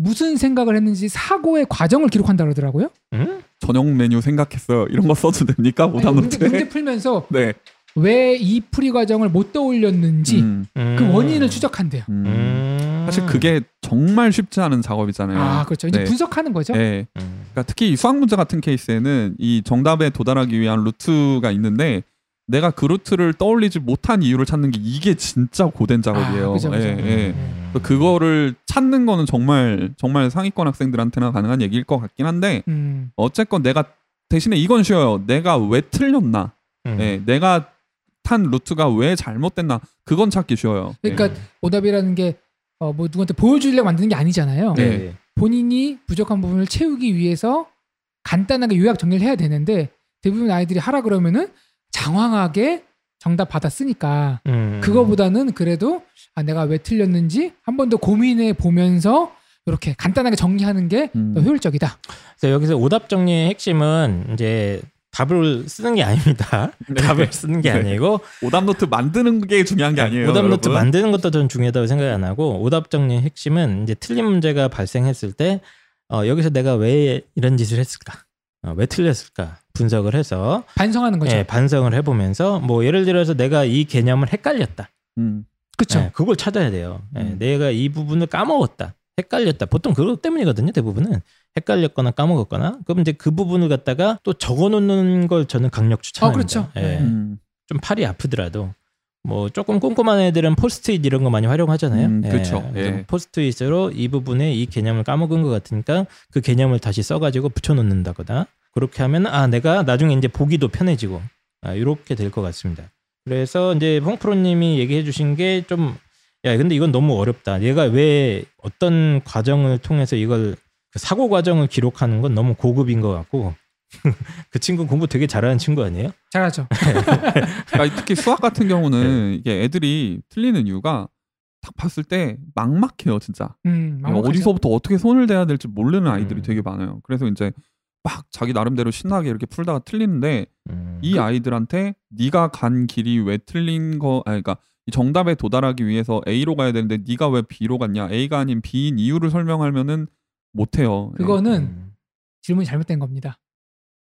무슨 생각을 했는지 사고의 과정을 기록한다 그러더라고요. 음? 저녁 메뉴 생각했어요. 이런 거 써도 됩니까? 아니, 오답 문제, 노트에. 문제 풀면서 네. 왜 이 풀이 과정을 못 떠올렸는지 음, 음. 그 원인을 추적한대요. 음. 음. 사실 그게 정말 쉽지 않은 작업이잖아요. 아 그렇죠. 이제 네. 분석하는 거죠. 예. 음. 그러니까 특히 이 수학 문제 같은 케이스에는 이 정답에 도달하기 위한 루트가 있는데 내가 그 루트를 떠올리지 못한 이유를 찾는 게 이게 진짜 고된 작업이에요. 아, 그죠, 그죠. 예, 예. 음. 그래서 그거를 찾는 거는 정말 정말 상위권 학생들한테나 가능한 얘기일 것 같긴 한데 음, 어쨌건 내가 대신에 이건 쉬워요. 내가 왜 틀렸나? 음. 예, 내가 탄 루트가 왜 잘못됐나? 그건 찾기 쉬워요. 예. 그러니까 오답이라는 게 어, 뭐 누구한테 보여주려고 만드는 게 아니잖아요. 네. 네. 본인이 부족한 부분을 채우기 위해서 간단하게 요약 정리를 해야 되는데 대부분 아이들이 하라 그러면은 장황하게 정답 받았으니까 음. 그거보다는 뭐- 그래도 아, 내가 왜 틀렸는지 한 번 더 고민해 보면서 이렇게 간단하게 정리하는 게 더 음. 효율적이다. 그래서 여기서 오답 정리의 핵심은 이제 답을 쓰는 게 아닙니다. 답을 쓰는 게 네. 아니고 오답 노트 만드는 게 중요한 게 아니에요. 오답 노트 여러분. 만드는 것도 저는 중요하다고 생각 안 하고 오답 정리의 핵심은 이제 틀린 문제가 발생했을 때 어, 여기서 내가 왜 이런 짓을 했을까? 어, 왜 틀렸을까? 분석을 해서 반성하는 거죠. 네. 예, 반성을 해보면서 뭐 예를 들어서 내가 이 개념을 헷갈렸다. 음. 그렇죠. 네. 예, 그걸 찾아야 돼요. 예, 음. 내가 이 부분을 까먹었다. 헷갈렸다. 보통 그것 때문이거든요. 대부분은 헷갈렸거나 까먹었거나. 그럼 이제 그 부분을 갖다가 또 적어놓는 걸 저는 강력 추천합니다. 그렇죠. 예, 네. 음. 좀 팔이 아프더라도 뭐 조금 꼼꼼한 애들은 포스트잇 이런 거 많이 활용하잖아요. 음, 예, 그렇죠. 그래서 예. 포스트잇으로 이 부분에 이 개념을 까먹은 것 같으니까 그 개념을 다시 써가지고 붙여놓는다거나 그렇게 하면 아 내가 나중에 이제 보기도 편해지고 아, 이렇게 될 것 같습니다. 그래서 이제 홍프로님이 얘기해주신 게 좀 야 근데 이건 너무 어렵다. 얘가 왜 어떤 과정을 통해서 이걸 그 사고 과정을 기록하는 건 너무 고급인 것 같고 그 친구 공부 되게 잘하는 친구 아니에요? 잘하죠. 아, 그러니까 특히 수학 같은 네. 경우는 이게 애들이 틀리는 이유가 딱 봤을 때 막막해요, 진짜. 음, 어, 막막하죠. 어디서부터 어떻게 손을 대야 될지 모르는 아이들이 음. 되게 많아요. 그래서 이제 막 자기 나름대로 신나게 이렇게 풀다가 틀리는데 음. 그 이 아이들한테 네가 간 길이 왜 틀린 거 아니 그러니까 이 정답에 도달하기 위해서 A로 가야 되는데 네가 왜 B로 갔냐? A가 아닌 B인 이유를 설명하면은 못 해요. 그거는 음. 질문이 잘못된 겁니다.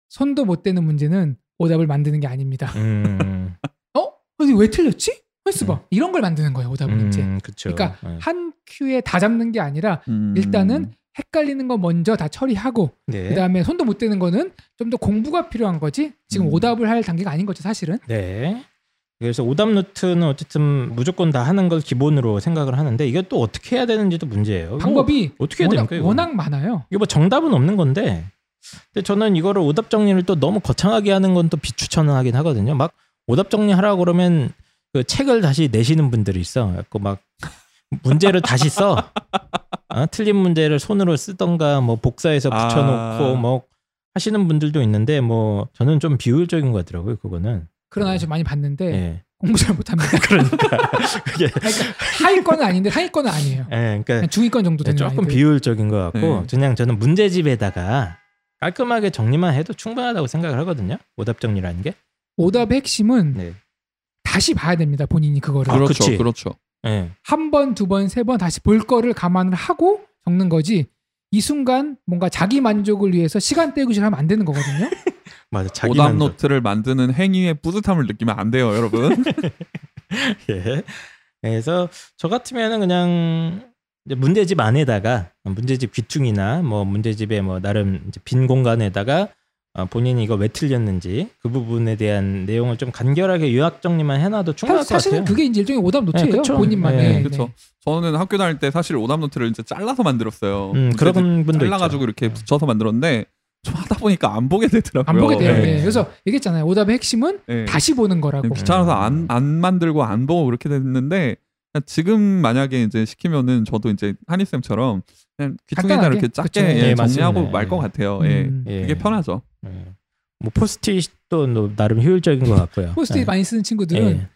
손도 못 대는 문제는 오답을 만드는 게 아닙니다. 음. 어? 근데 왜 틀렸지? 헐스봐. 음. 이런 걸 만드는 거예요, 오답을 이제. 그쵸. 그러니까 예. 한 큐에 다 잡는 게 아니라 음. 일단은 헷갈리는 거 먼저 다 처리하고 네. 그다음에 손도 못 대는 거는 좀 더 공부가 필요한 거지 지금 음. 오답을 할 단계가 아닌 거죠 사실은 네. 그래서 오답 노트는 어쨌든 무조건 다 하는 걸 기본으로 생각을 하는데 이게 또 어떻게 해야 되는지도 문제예요. 방법이 이거 어떻게 해야 워낙, 됩니까? 이거? 워낙 많아요 이게 뭐 정답은 없는 건데. 근데 저는 이거를 오답 정리를 또 너무 거창하게 하는 건 또 비추천을 하긴 하거든요. 막 오답 정리하라고 그러면 그 책을 다시 내시는 분들이 있어. 그막 문제를 다시 써. 아, 틀린 문제를 손으로 쓰던가 뭐 복사해서 아. 붙여놓고 뭐 하시는 분들도 있는데 뭐 저는 좀 비효율적인 것 같더라고요. 그거는. 그런 아이 좀 많이 봤는데 예. 공부 잘 못합니다 네. 그러니까 그게 하위권은 아닌데 상위권은 아니에요 예, 그러니까 그냥 중위권 정도 되는 조금 아이들. 비효율적인 것 같고 네. 그냥 저는 문제집에다가 깔끔하게 정리만 해도 충분하다고 생각을 하거든요. 오답 정리라는 게. 오답의 핵심은 네. 다시 봐야 됩니다 본인이 그거를 아, 그렇죠. 그치. 그렇죠. 예. 한 번, 두 번, 세 번 다시 볼 거를 감안을 하고 적는 거지. 이 순간 뭔가 자기 만족을 위해서 시간 때우기를 하면 안 되는 거거든요. 맞아. 자기 그 오답 만족. 노트를 만드는 행위의 뿌듯함을 느끼면 안 돼요, 여러분. 예. 그래서 저 같으면은 그냥 이제 문제집 안에다가 문제집 귀퉁이나 뭐 문제집에 뭐 나름 이제 빈 공간에다가 어, 본인이 이거 왜 틀렸는지 그 부분에 대한 내용을 좀 간결하게 요약 정리만 해놔도 충분할 것 사실은 같아요. 그게 이제 일종의 오답 네, 노트예요. 그쵸. 본인만의. 네, 네. 그렇죠. 저는 학교 다닐 때 사실 오답 노트를 이제 잘라서 만들었어요. 음, 문제집 그런 분도 잘라가지고 이렇게 붙여서 만들었는데 좀 하다 보니까 안 보게 되더라고요. 네. 안 보게 돼요. 네. 네. 그래서 얘기했잖아요. 오답의 핵심은 네. 다시 보는 거라고. 귀찮아서 안, 음. 안 만들고 안 보고 그렇게 됐는데 그냥 지금 만약에 이제 시키면은 저도 이제 한희 쌤처럼 그냥 귀퉁이나 간단하게? 이렇게 짧게 그쵸. 네, 예, 예, 정리하고 맞습니다. 말 예. 것 같아요. 예. 음. 예. 그게 편하죠. 예. 뭐 포스트잇도 너- 나름 효율적인 것 같고요. 포스트잇 예. 많이 쓰는 친구들은 예.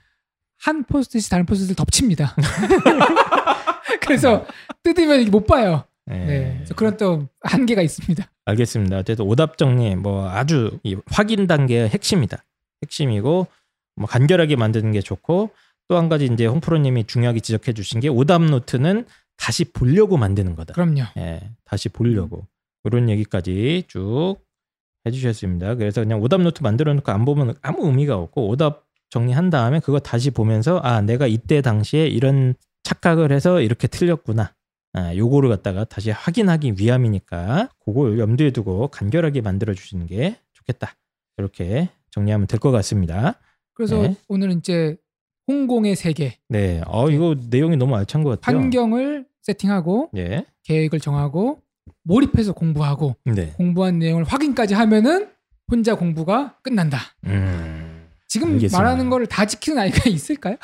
한 포스트잇이 다른 포스트잇을 덮칩니다. 그래서 뜯으면 못 봐요. 예. 네. 그래서 그런 또 한계가 있습니다. 알겠습니다. 어쨌든 오답 정리 뭐 아주 이 확인 단계의 핵심이다. 핵심이고 뭐 간결하게 만드는 게 좋고 또 한 가지 이제 홍프로님이 중요하게 지적해 주신 게 오답 노트는 다시 보려고 만드는 거다. 그럼요. 예, 다시 보려고 그런 얘기까지 쭉 해주셨습니다. 그래서 그냥 오답 노트 만들어 놓고 안 보면 아무 의미가 없고 오답 정리한 다음에 그거 다시 보면서 아 내가 이때 당시에 이런 착각을 해서 이렇게 틀렸구나. 아, 요거를 갖다가 다시 확인하기 위함이니까 그걸 염두에 두고 간결하게 만들어 주시는 게 좋겠다. 이렇게 정리하면 될 것 같습니다. 그래서 네. 오늘은 이제 홍공의 세계, 네, 어 이거 내용이 너무 알찬 것 같아요. 네. 환경을 세팅하고 예, 계획을 정하고 몰입해서 공부하고 네, 공부한 내용을 확인까지 하면은 혼자 공부가 끝난다. 음, 지금 알겠습니다. 말하는 거를 다 지키는 아이가 있을까요?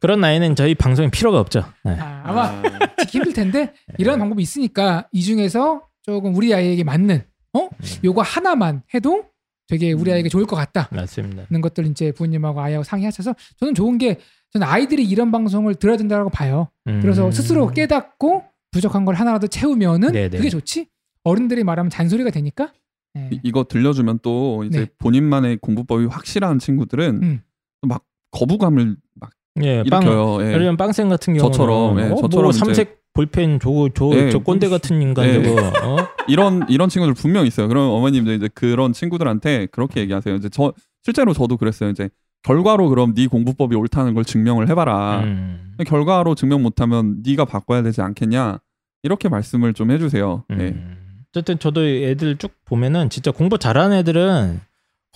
그런 나이는 저희 방송에 필요가 없죠. 네. 아, 아마 지키 힘들 텐데 이런 방법이 있으니까 이 중에서 조금 우리 아이에게 맞는 네. 어 요거 하나만 해도 되게 음. 우리 아이에게 좋을 것 같다. 맞습니다. 는 것들 이제 부모님하고 아이하고 상의하셔서 저는 좋은 게 저는 아이들이 이런 방송을 들어야 된다고 봐요. 음. 그래서 스스로 깨닫고 부족한 걸 하나라도 채우면은 네네. 그게 좋지. 어른들이 말하면 잔소리가 되니까. 네. 이- 이거 들려주면 또 이제 네. 본인만의 공부법이 확실한 친구들은 음. 네, 막 거부감을 막 예, 빵 일으켜요. 예. 예를 들면 빵쌤 같은 경우는 저처럼, 예, 어, 뭐 저처럼 이제- 삼색 볼펜 저저 예. 저 꼰대 같은 인간 예. 저거 어? 이런 이런 친구들 분명 있어요. 그럼 어머님들 이제 그런 친구들한테 그렇게 얘기하세요. 이제 저 실제로 저도 그랬어요. 이제 결과로 그럼 네 공부법이 옳다는 걸 증명을 해봐라. 음. 근데 결과로 증명 못하면 네가 바꿔야 되지 않겠냐 이렇게 말씀을 좀 해주세요. 음. 네. 어쨌든 저도 애들 쭉 보면은 진짜 공부 잘하는 애들은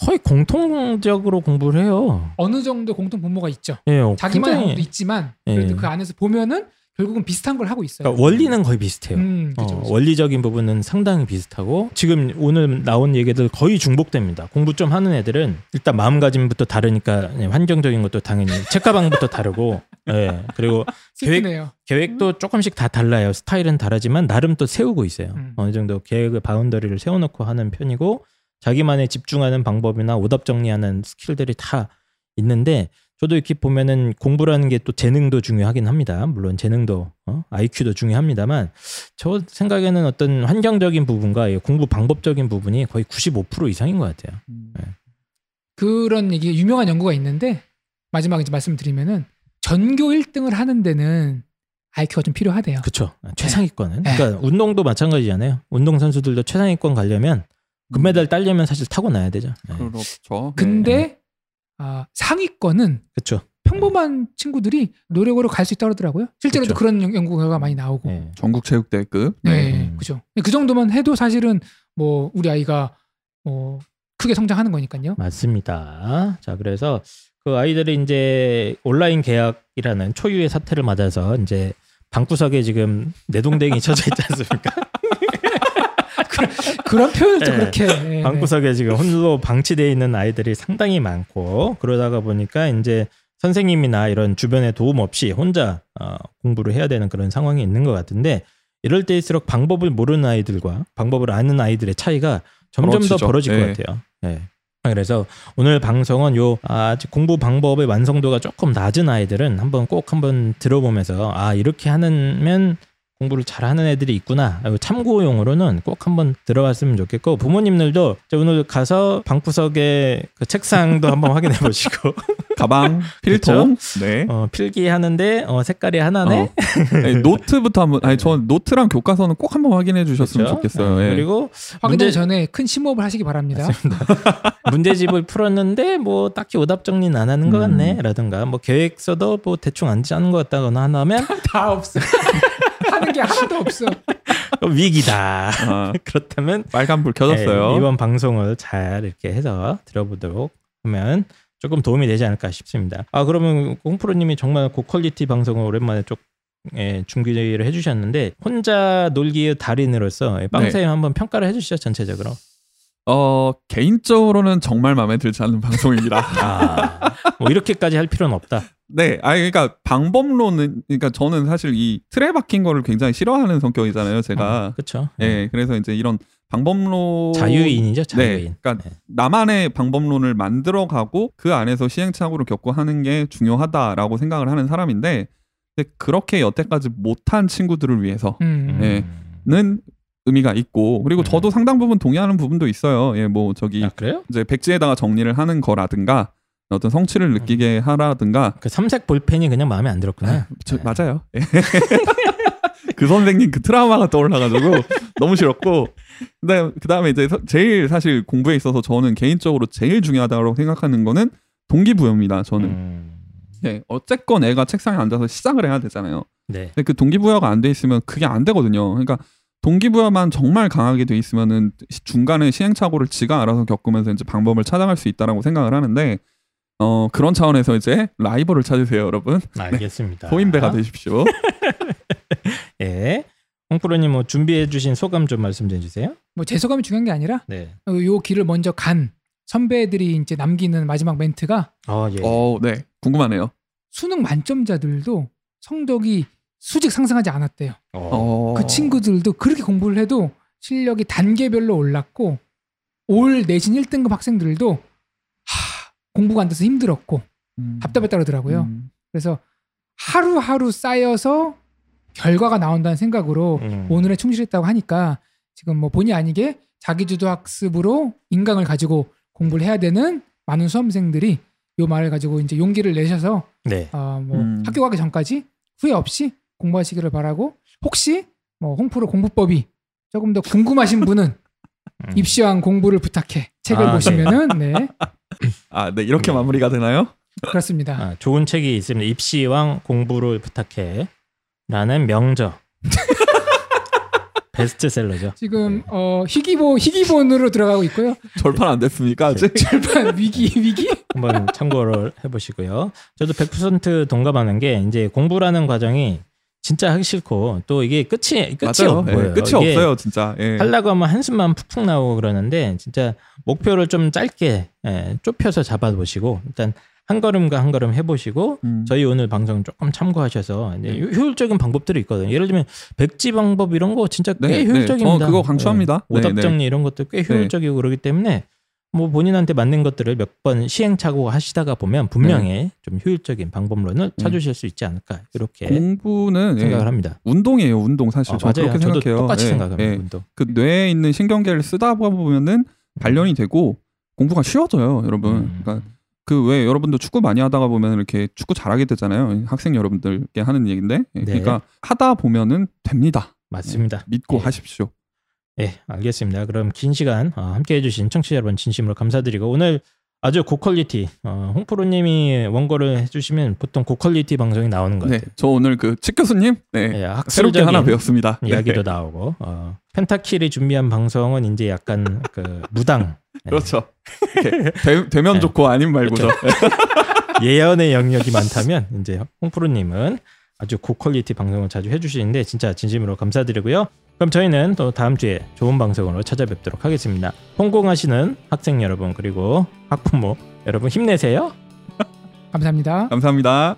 거의 공통적으로 공부를 해요. 어느 정도 공통 분모가 있죠. 예, 자기만의 굉장히- 방법도 있지만 예. 그래도 그 안에서 보면은 결국은 비슷한 걸 하고 있어요. 그러니까 원리는 거의 비슷해요. 음, 그죠, 어, 그죠. 원리적인 부분은 상당히 비슷하고 지금 오늘 나온 얘기들 거의 중복됩니다. 공부 좀 하는 애들은 일단 마음가짐부터 다르니까 예, 환경적인 것도 당연히 책가방부터 다르고 예, 그리고 슬프네요. 계획도 조금씩 다 달라요. 스타일은 다르지만 나름 또 세우고 있어요. 음. 어느 정도 계획의 바운더리를 세워놓고 하는 편이고 자기만의 집중하는 방법이나 오답 정리하는 스킬들이 다 있는데 저도 이렇게 보면은 공부라는 게 또 재능도 중요하긴 합니다. 물론 재능도 어? IQ도 중요합니다만 저 생각에는 어떤 환경적인 부분과 이 공부 방법적인 부분이 거의 95% 이상인 것 같아요. 그런 얘기 유명한 연구가 있는데 마지막에 이제 말씀드리면은 전교 1등을 하는 데는 IQ가 좀 필요하대요. 그렇죠. 최상위권은. 네. 그러니까 운동도 마찬가지잖아요. 운동 선수들도 최상위권 가려면 음. 금메달 따려면 사실 타고 나야 되죠. 네. 그렇죠. 근데 아, 상위권은 그렇죠. 평범한 친구들이 노력으로 갈 수 있다고 그러더라고요. 실제로도 그쵸. 그런 연구 결과가 많이 나오고. 예. 전국 체육대회급. 네, 음. 그죠. 그 정도만 해도 사실은 뭐 우리 아이가 뭐 크게 성장하는 거니까요. 맞습니다. 자, 그래서 그 아이들이 이제 온라인 계약이라는 초유의 사태를 맞아서 이제 방구석에 지금 내동댕이 쳐져 있지 않습니까? 그런 표현을 또 네. 그렇게. 네, 방구석에 지금 홀로 방치되어 있는 아이들이 상당히 많고 그러다가 보니까 이제 선생님이나 이런 주변의 도움 없이 혼자 어, 공부를 해야 되는 그런 상황이 있는 것 같은데 이럴 때일수록 방법을 모르는 아이들과 방법을 아는 아이들의 차이가 점점 더 벌어지죠. 벌어질 예. 것 같아요. 예. 그래서 오늘 방송은 요 아, 직 공부 방법의 완성도가 조금 낮은 아이들은 한번 꼭 한번 들어보면서 아 이렇게 하면 공부를 잘하는 애들이 있구나 아, 참고용으로는 꼭 한번 들어봤으면 좋겠고 부모님들도 이제 오늘 가서 방구석에 그 책상도 한번 확인해 보시고 가방, 필통, 네. 어, 필기하는데 어, 색깔이 하나네 어. 아니, 노트부터 한번 아니 전 노트랑 교과서는 꼭 한번 확인해 주셨으면 네. 그렇죠? 좋겠어요. 네, 예. 그리고 확인하기 문제- 전에 큰 심호흡을 하시기 바랍니다. 문제집을 풀었는데 뭐 딱히 오답 정리는 안 하는 것 음. 같네라든가 뭐 계획서도 뭐 대충 안 짜는 것 같다거나 하면 다 없어. 하는 게 하나도 없어. 위기다. 아, 그렇다면 빨간불 켜졌어요. 네, 이번 방송을 잘 이렇게 해서 들어보도록 하면 조금 도움이 되지 않을까 싶습니다. 아 그러면 홍프로님이 정말 고퀄리티 방송을 오랜만에 쭉 예, 준비를 해주셨는데 혼자 놀기의 달인으로서 예, 네. 빵쌤 한번 평가를 해주시죠 전체적으로. 어 개인적으로는 정말 마음에 들지 않는 방송입니다. 아뭐 이렇게까지 할 필요는 없다. 네, 아 그러니까 방법론은 그러니까 저는 사실 이 틀에 박힌 거를 굉장히 싫어하는 성격이잖아요, 제가. 그렇죠. 예, 그래서 이제 이런 방법론 자유인이죠 자유인. 네, 그러니까 나만의 방법론을 만들어가고 그 안에서 시행착오를 겪고 하는 게 중요하다라고 생각을 하는 사람인데, 근데 그렇게 여태까지 못한 친구들을 위해서 음. 네. 는 의미가 있고 그리고 저도 음. 상당 부분 동의하는 부분도 있어요. 예, 뭐 저기 아 그래요? 이제 백지에다가 정리를 하는 거라든가 어떤 성취를 느끼게 하라든가 그 삼색 볼펜이 그냥 마음에 안 들었구나. 저- 맞아요. 예. 그 선생님 그 트라우마가 떠올라가지고 너무 싫었고 근데 그 다음에 이제 서- 제일 사실 공부에 있어서 저는 개인적으로 제일 중요하다고 생각하는 거는 동기부여입니다. 저는 음. 예, 어쨌건 애가 책상에 앉아서 시작을 해야 되잖아요. 네. 근데 그 동기부여가 안 돼 있으면 그게 안 되거든요. 그러니까 동기부여만 정말 강하게 돼 있으면은 시- 중간에 시행착오를 지가 알아서 겪으면서 이제 방법을 찾아갈 수 있다라고 생각을 하는데 어 그런 차원에서 이제 라이벌을 찾으세요, 여러분. 알겠습니다. 포인배가 되십시오. 예. 홍프로님 뭐 준비해주신 소감 좀 말씀 좀 해주세요. 뭐 재소감이 중요한 게 아니라 네. 어, 요 길을 먼저 간 선배들이 이제 남기는 마지막 멘트가 아 예. 어, 네. 궁금하네요. 수능 만점자들도 성적이 수직 상승하지 않았대요. 어. 그 친구들도 그렇게 공부를 해도 실력이 단계별로 올랐고 올 내신 1등급 학생들도 하, 공부가 안 돼서 힘들었고 음. 답답했다 그러더라고요. 음. 그래서 하루하루 쌓여서 결과가 나온다는 생각으로 음. 오늘에 충실했다고 하니까 지금 뭐 본의 아니게 자기주도 학습으로 인강을 가지고 공부를 해야 되는 많은 수험생들이 요 말을 가지고 이제 용기를 내셔서 네. 아, 뭐 음. 학교 가기 전까지 후회 없이 공부하시기를 바라고 혹시 뭐 홍프로 공부법이 조금 더 궁금하신 분은 음. 입시왕 공부를 부탁해 책을 아, 네. 보시면은 네 아, 네 이렇게 마무리가 되나요? 그렇습니다. 아, 좋은 책이 있습니다. 입시왕 공부를 부탁해. 라는 명저. 베스트셀러죠. 지금 어 희귀본 희귀본으로 들어가고 있고요. 절판 안 됐습니까 아직? 네. 절반 위기 위기. 한번 참고를 해보시고요. 저도 100% 동감하는 게 이제 공부라는 과정이 진짜 하기 싫고 또 이게 끝이 끝이 맞아요. 예, 없어요. 끝이 이게 없어요 진짜. 예. 하려고 하면 한숨만 푹푹 나오고 그러는데 진짜 목표를 좀 짧게 예, 좁혀서 잡아보시고 일단 한 걸음과 한 걸음 해보시고 음. 저희 오늘 방송 조금 참고하셔서 네. 이제 효- 효율적인 방법들이 있거든요. 예를 들면 백지 방법 이런 거 진짜 꽤 네, 네. 효율적입니다. 저는 그거 강추합니다. 예, 오답 네, 네. 정리 이런 것도 꽤 효율적이고 그러기 때문에 뭐 본인한테 맞는 것들을 몇 번 시행착오 하시다가 보면 분명히 네. 좀 효율적인 방법론을 음. 찾으실 수 있지 않을까 이렇게 공부는 예, 생각을 합니다. 운동이에요 운동 사실 어, 저 그렇게 저도 생각해요. 똑같이 예, 생각합니다. 예. 운동. 그 뇌에 있는 신경계를 쓰다 보면은 단련이 되고 공부가 쉬워져요 여러분. 음. 그러니까 그 왜 여러분도 축구 많이 하다가 보면 이렇게 축구 잘하게 되잖아요. 학생 여러분들께 하는 얘기인데. 예, 네. 그러니까 하다 보면은 됩니다. 맞습니다. 믿고 예. 하십시오. 예, 알겠습니다. 그럼 긴 시간 어, 함께 해주신 청취자 여러분 진심으로 감사드리고 오늘 아주 고퀄리티 어, 홍프로님이 원고를 해주시면 보통 고퀄리티 방송이 나오는 것 네, 같아요. 저 오늘 그 치 교수님 네, 예, 새롭게 학술적인 하나 배웠습니다. 네. 이야기도 나오고 어, 펜타킬이 준비한 방송은 이제 약간 그 무당 예, 그렇죠. 이렇게 되, 되면 네. 좋고 아님 네, 말고죠. 예언의 영역이 많다면 이제 홍프로님은 아주 고퀄리티 방송을 자주 해주시는데 진짜 진심으로 감사드리고요. 그럼 저희는 또 다음 주에 좋은 방송으로 찾아뵙도록 하겠습니다. 홍공하시는 학생 여러분 그리고 학부모 여러분 힘내세요. 감사합니다. 감사합니다.